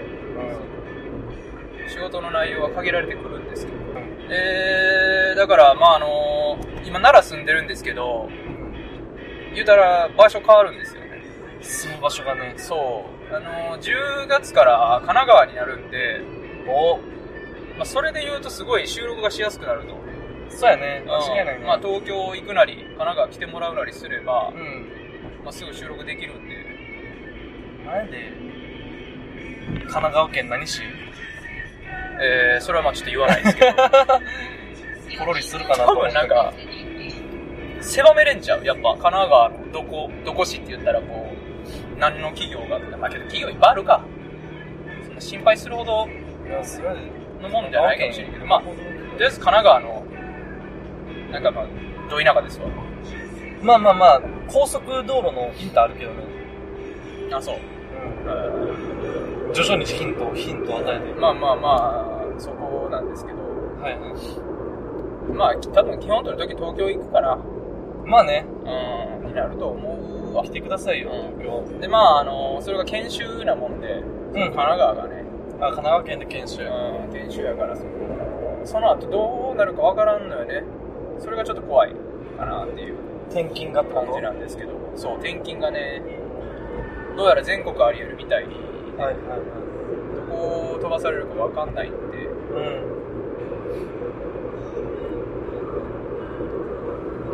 [SPEAKER 1] うん。
[SPEAKER 2] 仕事の内容は限られてくるんですけど。えー、だから、まああの、今奈良住んでるんですけど、言うたら場所変わるんですよね。
[SPEAKER 1] 住む場所がね。
[SPEAKER 2] そう。あの、10月から神奈川になるんで、
[SPEAKER 1] お
[SPEAKER 2] まあ、それで言うとすごい収録がしやすくなると。
[SPEAKER 1] そうやね。間違いない
[SPEAKER 2] うん
[SPEAKER 1] ね。
[SPEAKER 2] まあ、東京行くなり、神奈川来てもらうなりすれば
[SPEAKER 1] う、ん。
[SPEAKER 2] まあ、すぐ収録できるんで。
[SPEAKER 1] なんで、神奈川県何市
[SPEAKER 2] えー、それはまあちょっと言わないですけど。
[SPEAKER 1] ポロリするかなと
[SPEAKER 2] 多
[SPEAKER 1] 思って
[SPEAKER 2] 分なんか、狭めれんちゃうやっぱ神奈川のどこ、どこ市って言ったらこう、何の企業がとか、まあけど企業いっぱいあるか。そんな心配するほど
[SPEAKER 1] いや、それは
[SPEAKER 2] のもんじゃないかもしれんけど、まあ、とりあえず神奈川の、なんかまあ、ど田舎ですわ。
[SPEAKER 1] まあまあまあ、高速道路のヒントあるけどね。
[SPEAKER 2] あ、そう。
[SPEAKER 1] うん。徐々にヒント、ヒントを与えて。
[SPEAKER 2] まあまあまあ、そこなんですけど、
[SPEAKER 1] はいはい。
[SPEAKER 2] まあ、多分基本取るとき東京行くから、
[SPEAKER 1] まあね、
[SPEAKER 2] うん、になると思うわ
[SPEAKER 1] 来。てくださいよ、東京。
[SPEAKER 2] で、まあ、あの、それが研修なもんで、
[SPEAKER 1] うん。
[SPEAKER 2] 神奈川がね、
[SPEAKER 1] あ神奈川県で研修。
[SPEAKER 2] うん、研修やからそのその後どうなるかわからんのよねそれがちょっと怖いかなっていう
[SPEAKER 1] 転勤があった
[SPEAKER 2] 感
[SPEAKER 1] の
[SPEAKER 2] じなんですけどそう転勤がねどうやら全国ありえるみたいに
[SPEAKER 1] はいは
[SPEAKER 2] どこを飛ばされるかわかんないんで
[SPEAKER 1] いはい。うん。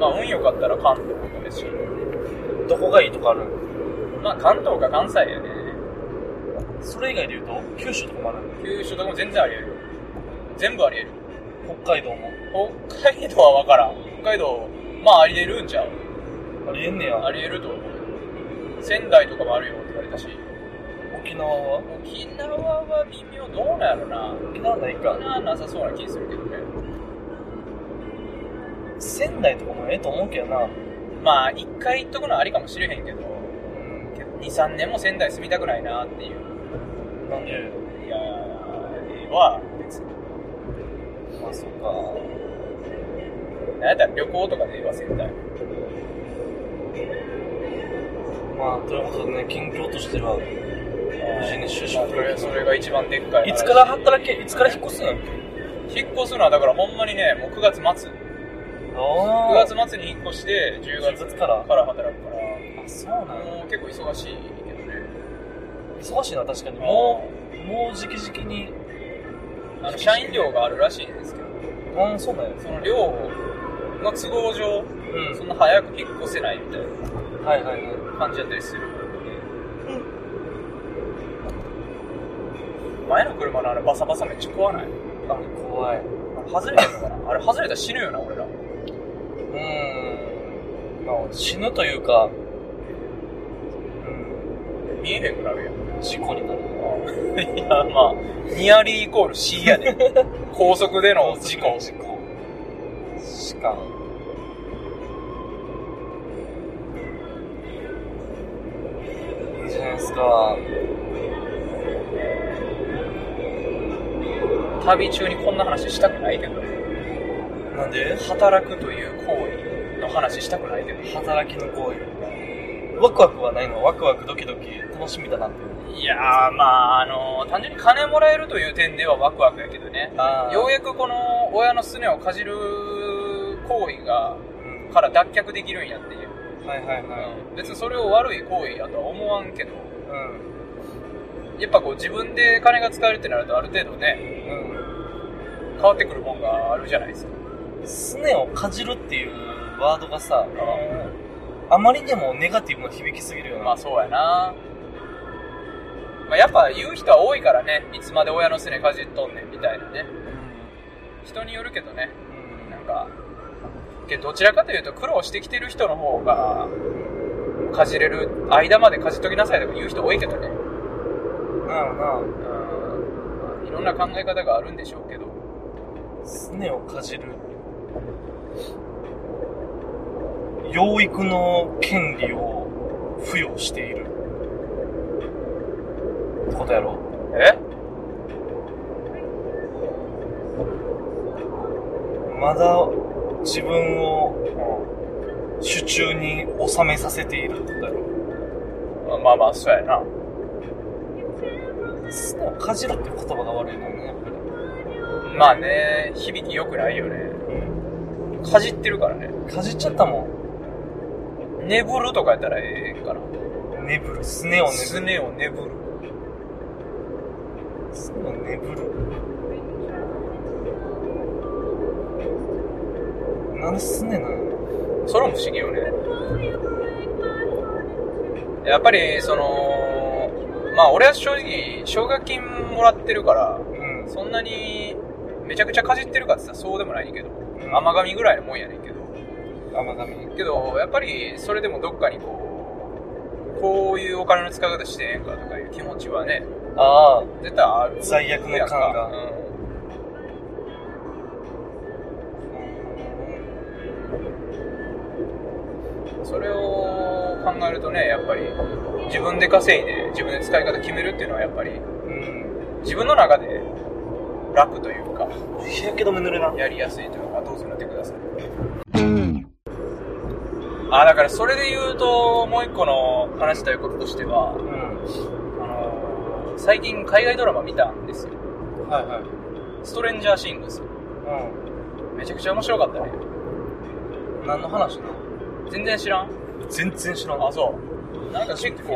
[SPEAKER 2] まあ運良かったら関東もですし
[SPEAKER 1] どこがいいとかある
[SPEAKER 2] まあ関東か関西やね
[SPEAKER 1] それ以外で言うと、九州とかもある
[SPEAKER 2] 九州とかも全然ありえるよ全部ありえる
[SPEAKER 1] 北海道も。
[SPEAKER 2] 北海道はわからん北海道まあありえるんちゃう
[SPEAKER 1] ありえんねや。
[SPEAKER 2] ありえると思う仙台とかもあるよって言われたし
[SPEAKER 1] 沖縄は
[SPEAKER 2] 沖縄は微妙どうなるな
[SPEAKER 1] 沖縄ない
[SPEAKER 2] 沖
[SPEAKER 1] か。
[SPEAKER 2] 縄はなさそうな気するけどね
[SPEAKER 1] 仙台とかもええと思うけどな。
[SPEAKER 2] まあ一回行っとくのはありかもしれへんけど
[SPEAKER 1] うん。
[SPEAKER 2] 23年も仙台住みたくないなっていう
[SPEAKER 1] なんで、
[SPEAKER 2] いやーは別に
[SPEAKER 1] まあそうか。
[SPEAKER 2] 何やったら旅行とかでええわ仙台
[SPEAKER 1] まあ、ということでね、近況としては、無事に就
[SPEAKER 2] ま
[SPEAKER 1] 職
[SPEAKER 2] あそれそれが一番でっかい
[SPEAKER 1] い
[SPEAKER 2] 話
[SPEAKER 1] つから働け、いつから引っ越すのあ
[SPEAKER 2] 引っ越すのはだからほんまにねもう9月末9
[SPEAKER 1] あー。
[SPEAKER 2] 月末に引っ越して10
[SPEAKER 1] 10
[SPEAKER 2] 月
[SPEAKER 1] 月から。
[SPEAKER 2] から働くから
[SPEAKER 1] あ、そうなの
[SPEAKER 2] もう結構忙しいけどね
[SPEAKER 1] 忙しいな、確かに。も
[SPEAKER 2] も
[SPEAKER 1] う、もうじきじきに。
[SPEAKER 2] うあの社員寮があるらしいんですけど
[SPEAKER 1] うん、そうだよ。
[SPEAKER 2] その寮の都合上
[SPEAKER 1] うん
[SPEAKER 2] そんな早く引っ越せないみたい
[SPEAKER 1] はいはいはい。
[SPEAKER 2] な感じだったりする前の車のあれバサバサめっちゃ怖ない
[SPEAKER 1] あれ怖い。う
[SPEAKER 2] あれ外れたのかなあれ外れたら死ぬよな俺ら
[SPEAKER 1] ーん。まあ、死ぬというか、うん、
[SPEAKER 2] 見えへんくなるやん
[SPEAKER 1] 事故になる。
[SPEAKER 2] いやまあニアリーイコール C やで高速での事故
[SPEAKER 1] 事故。しかも。いいじゃないですか。
[SPEAKER 2] 旅中にこんな話したくないけど
[SPEAKER 1] なんで
[SPEAKER 2] 働くという行為の話したくないけど
[SPEAKER 1] 働きの行為。ワクワクはないのワクワクドキドキ楽しみだなって。
[SPEAKER 2] いやーまああの単純に金もらえるという点ではワクワクやけどね
[SPEAKER 1] あ
[SPEAKER 2] よう
[SPEAKER 1] や
[SPEAKER 2] やくこの親のすねをかじる行為がから脱却できるんやっていう、
[SPEAKER 1] はいはいはい。
[SPEAKER 2] 別にそれを悪い行為やとは思わんけど
[SPEAKER 1] うん。
[SPEAKER 2] やっぱこう自分で金が使えるってなるとある程度ね
[SPEAKER 1] うん。
[SPEAKER 2] 変わってくるもんがあるじゃないですか
[SPEAKER 1] すねをかじるっていうワードがさ、あまりにもネガティブな響きすぎるよな。
[SPEAKER 2] まあそうやな、まあ、やっぱ言う人は多いからねいつまで親のすねかじっとんねんみたいなね人によるけどねなんかけどどちらかというと苦労してきてる人の方がかじれる間までかじっときなさいとか言う人多いけどね
[SPEAKER 1] うん。なあな
[SPEAKER 2] うんいろんな考え方があるんでしょうけど
[SPEAKER 1] あ、すねをかじる。養育の権利を付与している。ってことやろ
[SPEAKER 2] え
[SPEAKER 1] まだ自分を手中に収めさせているってことやろ
[SPEAKER 2] まあまあそうやな
[SPEAKER 1] すねをかじるって言葉が悪いもんね、やっぱり。
[SPEAKER 2] まあね響き良くないよねかじってるからね
[SPEAKER 1] かじっちゃったもん。
[SPEAKER 2] 眠るとかやったらええんかな
[SPEAKER 1] 眠る。すねを眠る
[SPEAKER 2] す。ねを眠る
[SPEAKER 1] そんな眠る。なんですねな。
[SPEAKER 2] それも不思議よねやっぱりそのまあ俺は正直奨学金もらってるから
[SPEAKER 1] うん。
[SPEAKER 2] そんなにめちゃくちゃかじってるかって言ったらそうでもないねんけど甘
[SPEAKER 1] 甘
[SPEAKER 2] 噛みぐらいのもんやねんけど
[SPEAKER 1] 甘神。
[SPEAKER 2] けどやっぱりそれでもどっかにこうこういうお金の使い方してええんかとかいう気持ちはね
[SPEAKER 1] ああ。
[SPEAKER 2] 絶対ある
[SPEAKER 1] 罪悪の感が
[SPEAKER 2] うんそれを考えるとねやっぱり自分で稼いで自分で使い方決めるっていうのはやっぱり
[SPEAKER 1] うん。
[SPEAKER 2] 自分の中で楽というか
[SPEAKER 1] 日焼け止め塗るな。
[SPEAKER 2] やりやすいというかどうぞ塗ってくださいあだからそれで言うともう一個の話したいこととしては
[SPEAKER 1] うん。
[SPEAKER 2] あの最近海外ドラマ見たんですよ
[SPEAKER 1] はいはい。
[SPEAKER 2] ストレンジャーシングスめちゃくちゃ面白かったね
[SPEAKER 1] うん。何の話な
[SPEAKER 2] 全然知らん
[SPEAKER 1] 全然知らん。
[SPEAKER 2] あそうなんか結構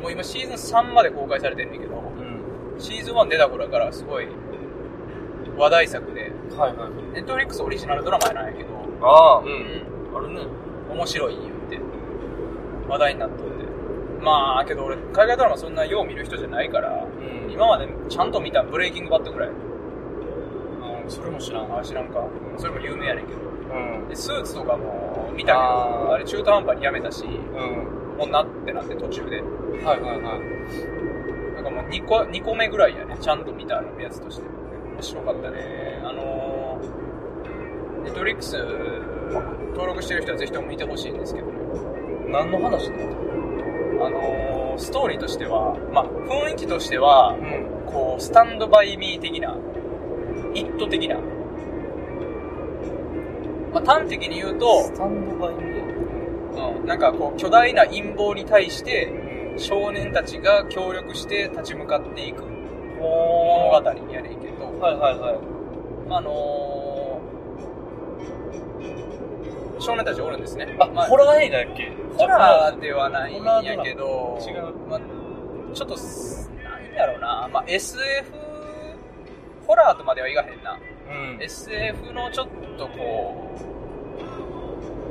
[SPEAKER 2] もう今シーズン3まで公開されてるんだけど
[SPEAKER 1] うん。
[SPEAKER 2] シーズン1出た頃だからすごい話題作で
[SPEAKER 1] はいはい。
[SPEAKER 2] ネットフリックスオリジナルドラマやなんやけど、
[SPEAKER 1] ああ、う。
[SPEAKER 2] うんん、
[SPEAKER 1] あるね。
[SPEAKER 2] 面白い言って話題になっとってまあけど俺海外ドラマそんなよう見る人じゃないから
[SPEAKER 1] うん
[SPEAKER 2] 今までちゃんと見たブレイキングバットぐらい
[SPEAKER 1] うん、それも知らん。
[SPEAKER 2] あ知らんかそれも有名やねんけど
[SPEAKER 1] うん。
[SPEAKER 2] でスーツとかも見たけど
[SPEAKER 1] あー
[SPEAKER 2] あれ中途半端にやめたし
[SPEAKER 1] うん。
[SPEAKER 2] もうなってなって途中で
[SPEAKER 1] はいはいはい。
[SPEAKER 2] なんかもう2個 ,2 個目ぐらいやねちゃんと見たのやつとして面白かったねあのーネットフリックス登録してる人はぜひとも見てほしいんですけど
[SPEAKER 1] 何の話だ
[SPEAKER 2] あのーストーリーとしては、まあ、雰囲気としては
[SPEAKER 1] う、ん。
[SPEAKER 2] こう、スタンドバイミー的な、イット的な、まあ、端的に言うと、
[SPEAKER 1] スタンドバイミー。
[SPEAKER 2] うん、なんかこう、巨大な陰謀に対して、
[SPEAKER 1] うん。
[SPEAKER 2] 少年たちが協力して立ち向かっていく物
[SPEAKER 1] お
[SPEAKER 2] 語やねんけど、
[SPEAKER 1] はいはいはい。
[SPEAKER 2] あのー少年たちおるんですね。
[SPEAKER 1] あ、
[SPEAKER 2] まあ
[SPEAKER 1] ホラー映画やっけ
[SPEAKER 2] ホラ
[SPEAKER 1] ー
[SPEAKER 2] ーではないんやけ
[SPEAKER 1] ホ
[SPEAKER 2] ど、
[SPEAKER 1] ラードラ
[SPEAKER 2] まあ、ちょっとす、なんやろうな、まあ、SF、ホラーとまではいかへんな。
[SPEAKER 1] うん。
[SPEAKER 2] SF のちょっとこ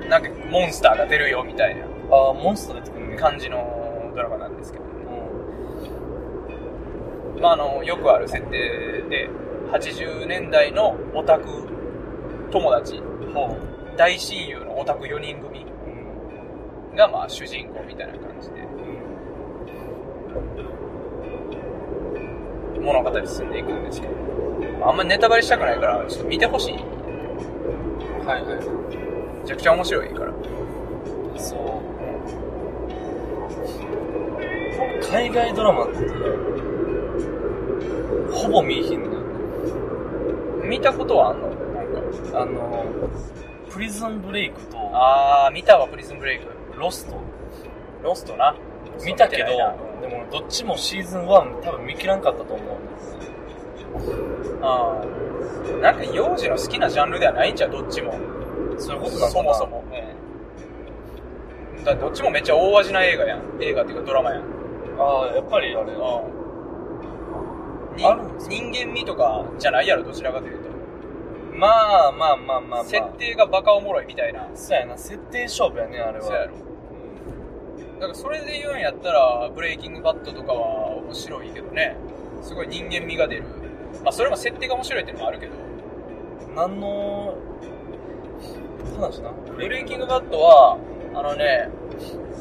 [SPEAKER 2] う、なんかモンスターが出るよみたいな
[SPEAKER 1] ああ、モンスター出てくるね。
[SPEAKER 2] 感じのドラマなんですけど、
[SPEAKER 1] うん。
[SPEAKER 2] まあ、あの、よくある設定で、80年代のオタク友達、
[SPEAKER 1] ほ
[SPEAKER 2] 大親友のオタク4人組
[SPEAKER 1] う。うん。
[SPEAKER 2] が、まあ、主人公みたいな感じで、物語進んでいくんですけど、あんまりネタバレしたくないから、ちょっと見てほしい。め
[SPEAKER 1] はいはい。
[SPEAKER 2] ちゃくちゃ面白いから。
[SPEAKER 1] そう。海外ドラマって、ほぼ見えひんのよ。
[SPEAKER 2] 見たことはあんのなんか。
[SPEAKER 1] あの、プリズンブレイクと、
[SPEAKER 2] あー、見たわ、プリズンブレイク。
[SPEAKER 1] ロスト。
[SPEAKER 2] ロストな。
[SPEAKER 1] 見たけど
[SPEAKER 2] 見てないな、
[SPEAKER 1] でもどっちもシーズン1多分見切らんかったと思うんです。
[SPEAKER 2] あーなんか、幼児の好きなジャンルではないんじゃう、どっちも。
[SPEAKER 1] そういうことなのか
[SPEAKER 2] そ
[SPEAKER 1] な
[SPEAKER 2] もそ。も。うん。だってどっちもめっちゃ大味な映画やん。映画っていうかドラマやん。
[SPEAKER 1] ああ、やっぱりあれは。
[SPEAKER 2] うん。に
[SPEAKER 1] あるんです
[SPEAKER 2] 人間味とかじゃないやろ、どちらかというと。
[SPEAKER 1] まあまあまあまあまあ。
[SPEAKER 2] 設定がバカおもろいみたいな。
[SPEAKER 1] そうやな、設定勝負やね、あれは。
[SPEAKER 2] そうやろ。だからそれで言うんやったら、ブレイキングバットとかは面白いけどね。すごい人間味が出る。まあそれも設定が面白いっていうのもあるけど、
[SPEAKER 1] 何の話なブ
[SPEAKER 2] ブレイ
[SPEAKER 1] イ
[SPEAKER 2] キングバットは、あのね、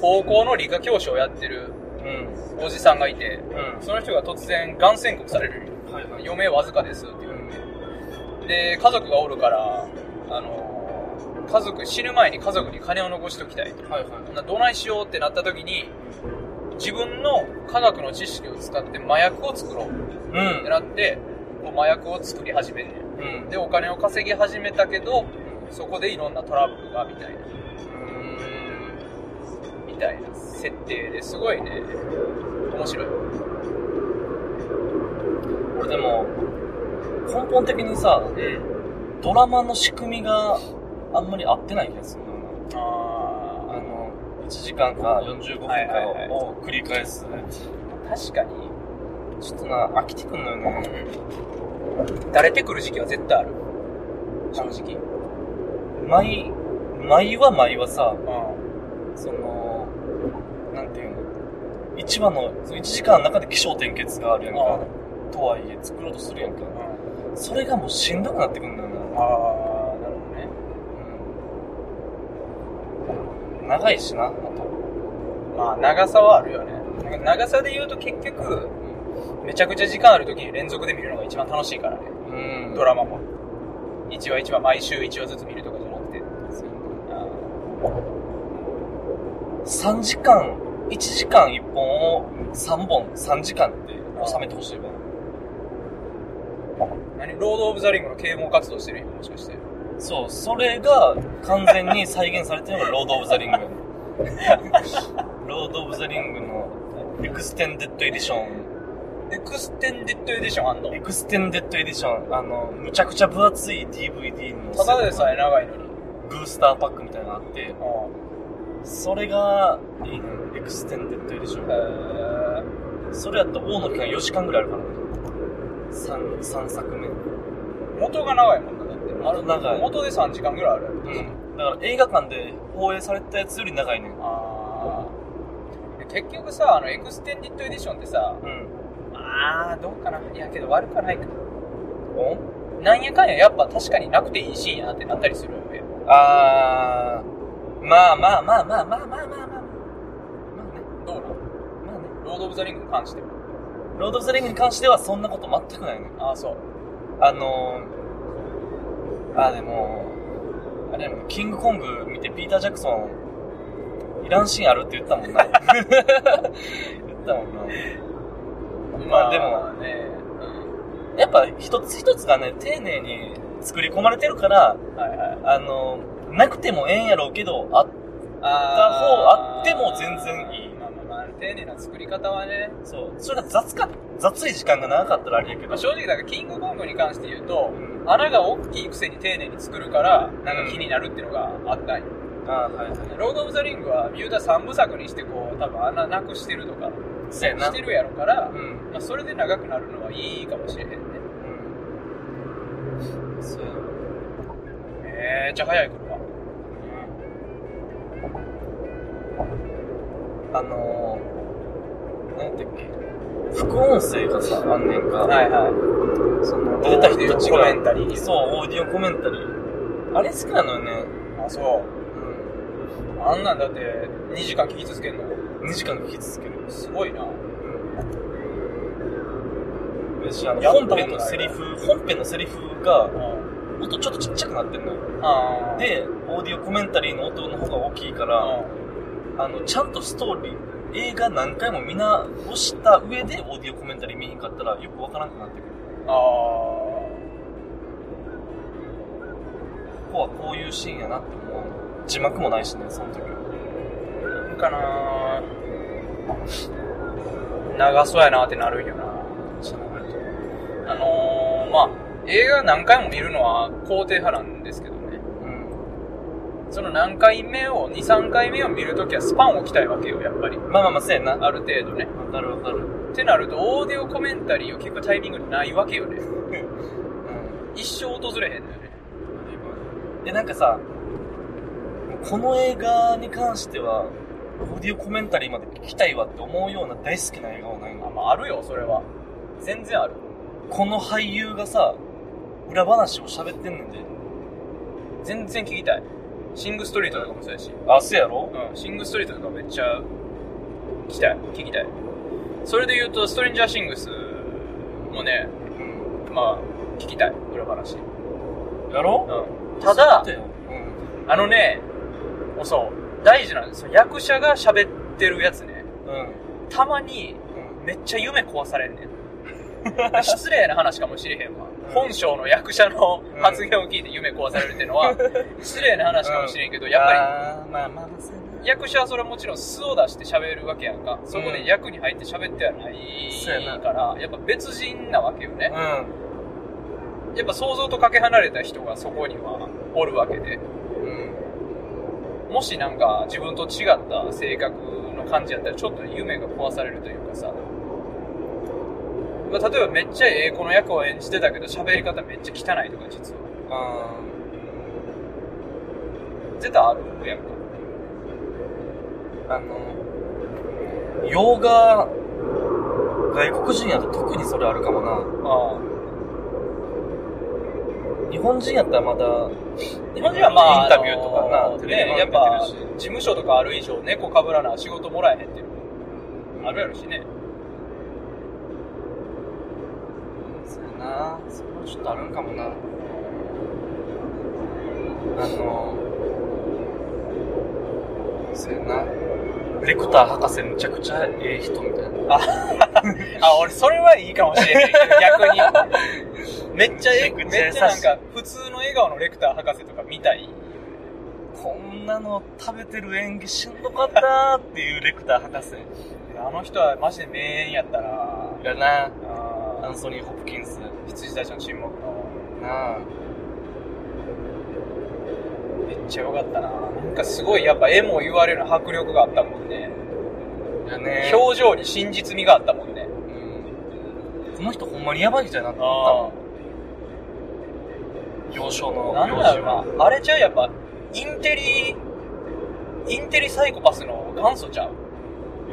[SPEAKER 2] 高校の理科教師をやってる
[SPEAKER 1] うん。
[SPEAKER 2] おじさんがいて、
[SPEAKER 1] うん。
[SPEAKER 2] その人が突然、がん宣告される。
[SPEAKER 1] はいはい。
[SPEAKER 2] 余命わずかですって言われて。で、家族がおるから、あの、家族、死ぬ前に家族に金を残しときたいと。
[SPEAKER 1] はいはい。
[SPEAKER 2] などないしようってなった時に、自分の科学の知識を使って麻薬を作ろう。
[SPEAKER 1] う
[SPEAKER 2] って
[SPEAKER 1] ん。
[SPEAKER 2] なって、こう麻薬を作り始めんねん
[SPEAKER 1] うん。
[SPEAKER 2] で、お金を稼ぎ始めたけど、そこでいろんなトラブルが、みたいな、みたいな設定ですごいね、面白い。
[SPEAKER 1] 俺でも、根本的にさ、
[SPEAKER 2] うん。
[SPEAKER 1] ドラマの仕組みがあんまり合ってない気がするな。あ
[SPEAKER 2] あ
[SPEAKER 1] の、1時間か45分か
[SPEAKER 2] はいはいはい
[SPEAKER 1] を繰り返す。
[SPEAKER 2] ー、確かに、
[SPEAKER 1] ちょっとな、飽きてくんのよね。
[SPEAKER 2] 慣れてくる時期は絶対ある。正直。
[SPEAKER 1] 毎、毎は毎はさ、
[SPEAKER 2] う
[SPEAKER 1] その、なんていうの、1話の、その1時間の中で起承転結があるやん
[SPEAKER 2] あ
[SPEAKER 1] か。とはいえ、作ろうとするやんか。
[SPEAKER 2] ん。
[SPEAKER 1] それがもうしんどくなってくんだよな。
[SPEAKER 2] あー、なるほどね。
[SPEAKER 1] うん長いしな、あと。
[SPEAKER 2] まあ、長さはあるよね。なんか長さで言うと結局、めちゃくちゃ時間ある時に連続で見るのが一番楽しいからね。
[SPEAKER 1] うん
[SPEAKER 2] ドラマも。1話1話、毎週1話ずつ見るとかじゃなくて。あ
[SPEAKER 1] 3時間、1時間1本を3本、3時間って収めてほしいわ。
[SPEAKER 2] 何ロード・オブ・ザ・リングの啓蒙活動してる今もしかして。
[SPEAKER 1] そう、それが完全に再現されてるのがロード・オブ・ザ・ リング。ロード・オブ・ザ・リングのエクステンデッド・エディション。
[SPEAKER 2] エクステンデッド・エディションあんの
[SPEAKER 1] エクステンデッド・エディション、あの、むちゃくちゃ分厚い DVD の、
[SPEAKER 2] ただでさえ長いのに。
[SPEAKER 1] ブースターパックみたいなのがあって、それがいいね。エクステンデッド・エディション。
[SPEAKER 2] へー
[SPEAKER 1] それやったら王の期間4時間ぐらいあるからね。3、三作目。
[SPEAKER 2] 元が長いもんな、だって。
[SPEAKER 1] 元長い
[SPEAKER 2] 元で3時間ぐらいある。
[SPEAKER 1] うん。だから映画館で放映されたやつより長いねん。
[SPEAKER 2] あーで結局さ、あの、エクステンディッドエディションってさ、
[SPEAKER 1] うん。
[SPEAKER 2] ああどうかな。いやけど悪くはないか。
[SPEAKER 1] お
[SPEAKER 2] なんやかんややっぱ確かになくていいシーンやなってなったりするよね。
[SPEAKER 1] あー、まあまあまあまあまあまあまあまあ。まあね、
[SPEAKER 2] どうなの
[SPEAKER 1] まあね。
[SPEAKER 2] ロード・オブ・ザ・リングに関しても。
[SPEAKER 1] ロード・オブ・ザ・リングに関してはそんなこと全くないね。
[SPEAKER 2] ああ、そう。
[SPEAKER 1] あのー、あーでも、あれやもん、キングコング見てピーター・ジャクソン、いらんシーンあるって言ったもんな。言ったもんな。まあでも
[SPEAKER 2] ね、
[SPEAKER 1] やっぱ一つ一つがね、丁寧に作り込まれてるから、
[SPEAKER 2] うん。はいはい。
[SPEAKER 1] あの、なくてもええんやろうけど、あ、
[SPEAKER 2] あー
[SPEAKER 1] あった方あっても全然いい
[SPEAKER 2] まあまあまあ、丁寧な作り方はね。
[SPEAKER 1] そう、それが雑か、雑い時間が長かったらあれやけ
[SPEAKER 2] ま
[SPEAKER 1] ど
[SPEAKER 2] あ、、正直、だから、キングコングに関して言うと
[SPEAKER 1] う、ん
[SPEAKER 2] 穴が大きいくせに丁寧に作るから、なんか気になるっていうのがあったんよ。
[SPEAKER 1] あーはいはい。
[SPEAKER 2] ロード・オブ・ザ・リングは、ミューダ3部作にして、こう、多分穴なくしてるとか、
[SPEAKER 1] そうやな。
[SPEAKER 2] してるやろから、
[SPEAKER 1] うん。
[SPEAKER 2] まあ、それで長くなるのはいいかもしれへんね。
[SPEAKER 1] うん。そうやな。
[SPEAKER 2] めっちゃ速い車。
[SPEAKER 1] あのー、何やったっけ副音声がさ、あんねんか。
[SPEAKER 2] はいはい。
[SPEAKER 1] その、出た人たちが。
[SPEAKER 2] オーディオコメンタリー
[SPEAKER 1] そう、オーディオコメンタリー。あれ好きなのよね。
[SPEAKER 2] あ、そう。あんなんだって、2時間聞き続けるの、
[SPEAKER 1] うん。2時間聞き続ける。
[SPEAKER 2] すごいな。
[SPEAKER 1] よし、あの、
[SPEAKER 2] やったこ
[SPEAKER 1] 本
[SPEAKER 2] とない
[SPEAKER 1] 編のセリフ、本編のセリフが、
[SPEAKER 2] うん。
[SPEAKER 1] 音ちょっとちっちゃくなってんのよ。
[SPEAKER 2] あー、
[SPEAKER 1] で、オーディオコメンタリーの音の方が大きいか
[SPEAKER 2] う
[SPEAKER 1] ら、あの、ちゃんとストーリー、映画何回も見直した上でオーディオコメンタリー見にんかったらよくわからなくなってくる。
[SPEAKER 2] ん。あー。
[SPEAKER 1] ここはこういうシーンやなって思う。字幕もないしね、その時は。
[SPEAKER 2] かな長そうやなってなるんよな
[SPEAKER 1] 知らないと
[SPEAKER 2] あのー、まあ映画何回も見るのは肯定派なんですけどね
[SPEAKER 1] うん。
[SPEAKER 2] その何回目を23回目を見るときはスパンを置きたいわけよやっぱり
[SPEAKER 1] まあまあまあ、せやな。わ
[SPEAKER 2] ある程度ね
[SPEAKER 1] かるわかる。
[SPEAKER 2] ってなるとオーディオコメンタリーを聞くタイミングないわけよね
[SPEAKER 1] うん。
[SPEAKER 2] 一生訪れへんのよね
[SPEAKER 1] で、なんかさ、この映画に関しては、オーディオコメンタリーまで聞きたいわって思うような大好きな映画はない
[SPEAKER 2] あ,、
[SPEAKER 1] の。
[SPEAKER 2] まあ、あるよそれは全然ある
[SPEAKER 1] この俳優がさ、裏話を喋ってんねんで。
[SPEAKER 2] 全然聞きたいシングストリートとかもそうやし
[SPEAKER 1] あ、せやろ
[SPEAKER 2] うん、シングストリートとかめっちゃ聞きたい、聞きたい。それで言うと、ストレンジャーシングスもね、
[SPEAKER 1] うん。
[SPEAKER 2] まあ、聞きたい、裏話。
[SPEAKER 1] やろ
[SPEAKER 2] うん。ただ
[SPEAKER 1] そう、よう
[SPEAKER 2] あのね、もうそう、大事なんですよ。役者が喋ってるやつね、
[SPEAKER 1] ん。うん。
[SPEAKER 2] たまにめっちゃ夢壊されんねん。 失礼な話かもしれへんわ。本性の役者の
[SPEAKER 1] うん
[SPEAKER 2] 発言を聞いて夢壊されるってのは、失礼な話かもしれんけど、
[SPEAKER 1] うん。
[SPEAKER 2] やっぱり、
[SPEAKER 1] り。まあまあまあ、そうやな
[SPEAKER 2] 役者はそれはもちろん素を出して喋るわけやんか。そこで役に入って喋ってはない
[SPEAKER 1] そうやな
[SPEAKER 2] から、やっぱ別人なわけよね。
[SPEAKER 1] う
[SPEAKER 2] やっぱ想像とかけ離れた人がそこにはおるわけで。
[SPEAKER 1] ん。うん。
[SPEAKER 2] もしなんか自分と違った性格の感じやったらちょっと夢が壊されるというかさ。まあ、例えばめっちゃええ子の役を演じてたけど喋り方めっちゃ汚いとか実は。
[SPEAKER 1] あ
[SPEAKER 2] 絶対あるやんか。
[SPEAKER 1] ーあの、洋画、外国人やと特にそれあるかもな。
[SPEAKER 2] ああ
[SPEAKER 1] 日本人やったらまだ、
[SPEAKER 2] 日本人はまあ、
[SPEAKER 1] インタビューとかな
[SPEAKER 2] あの
[SPEAKER 1] テレビ
[SPEAKER 2] ね、
[SPEAKER 1] も
[SPEAKER 2] やっぱ
[SPEAKER 1] 出てるし
[SPEAKER 2] 事務所とかある以上猫かぶらな仕事もらえへんっていうのもあるやろしね。
[SPEAKER 1] そうやな。それはちょっとあるんかもな。あの、そうやな。レクター博士むちゃくちゃええ人みたいな。
[SPEAKER 2] あ、俺、それはいいかもしれないけど、逆 に。めっちゃえ、
[SPEAKER 1] め
[SPEAKER 2] め
[SPEAKER 1] っ
[SPEAKER 2] っ
[SPEAKER 1] ちゃ優しい
[SPEAKER 2] ちゃなんか、普通の笑顔のレクター博士とか見たい。
[SPEAKER 1] こんなの食べてる演技しんどかったーっていうレクター博士。
[SPEAKER 2] あの人はマジで名演やったな
[SPEAKER 1] やなア
[SPEAKER 2] あ
[SPEAKER 1] ンソニー・ホプキンス。
[SPEAKER 2] ー羊たちの沈黙の。
[SPEAKER 1] なあ。
[SPEAKER 2] めっちゃ良かったななんかすごい、やっぱ絵も言われるような迫力があったもんね。
[SPEAKER 1] やね
[SPEAKER 2] 表情に真実味があったもんね。
[SPEAKER 1] うんこの人ほんまにやばい人やなって思っ
[SPEAKER 2] あ
[SPEAKER 1] たもん。幼少の。
[SPEAKER 2] なんだろうな。あれじゃうやっぱ、インテリ、インテリサイコパスの元祖ちゃう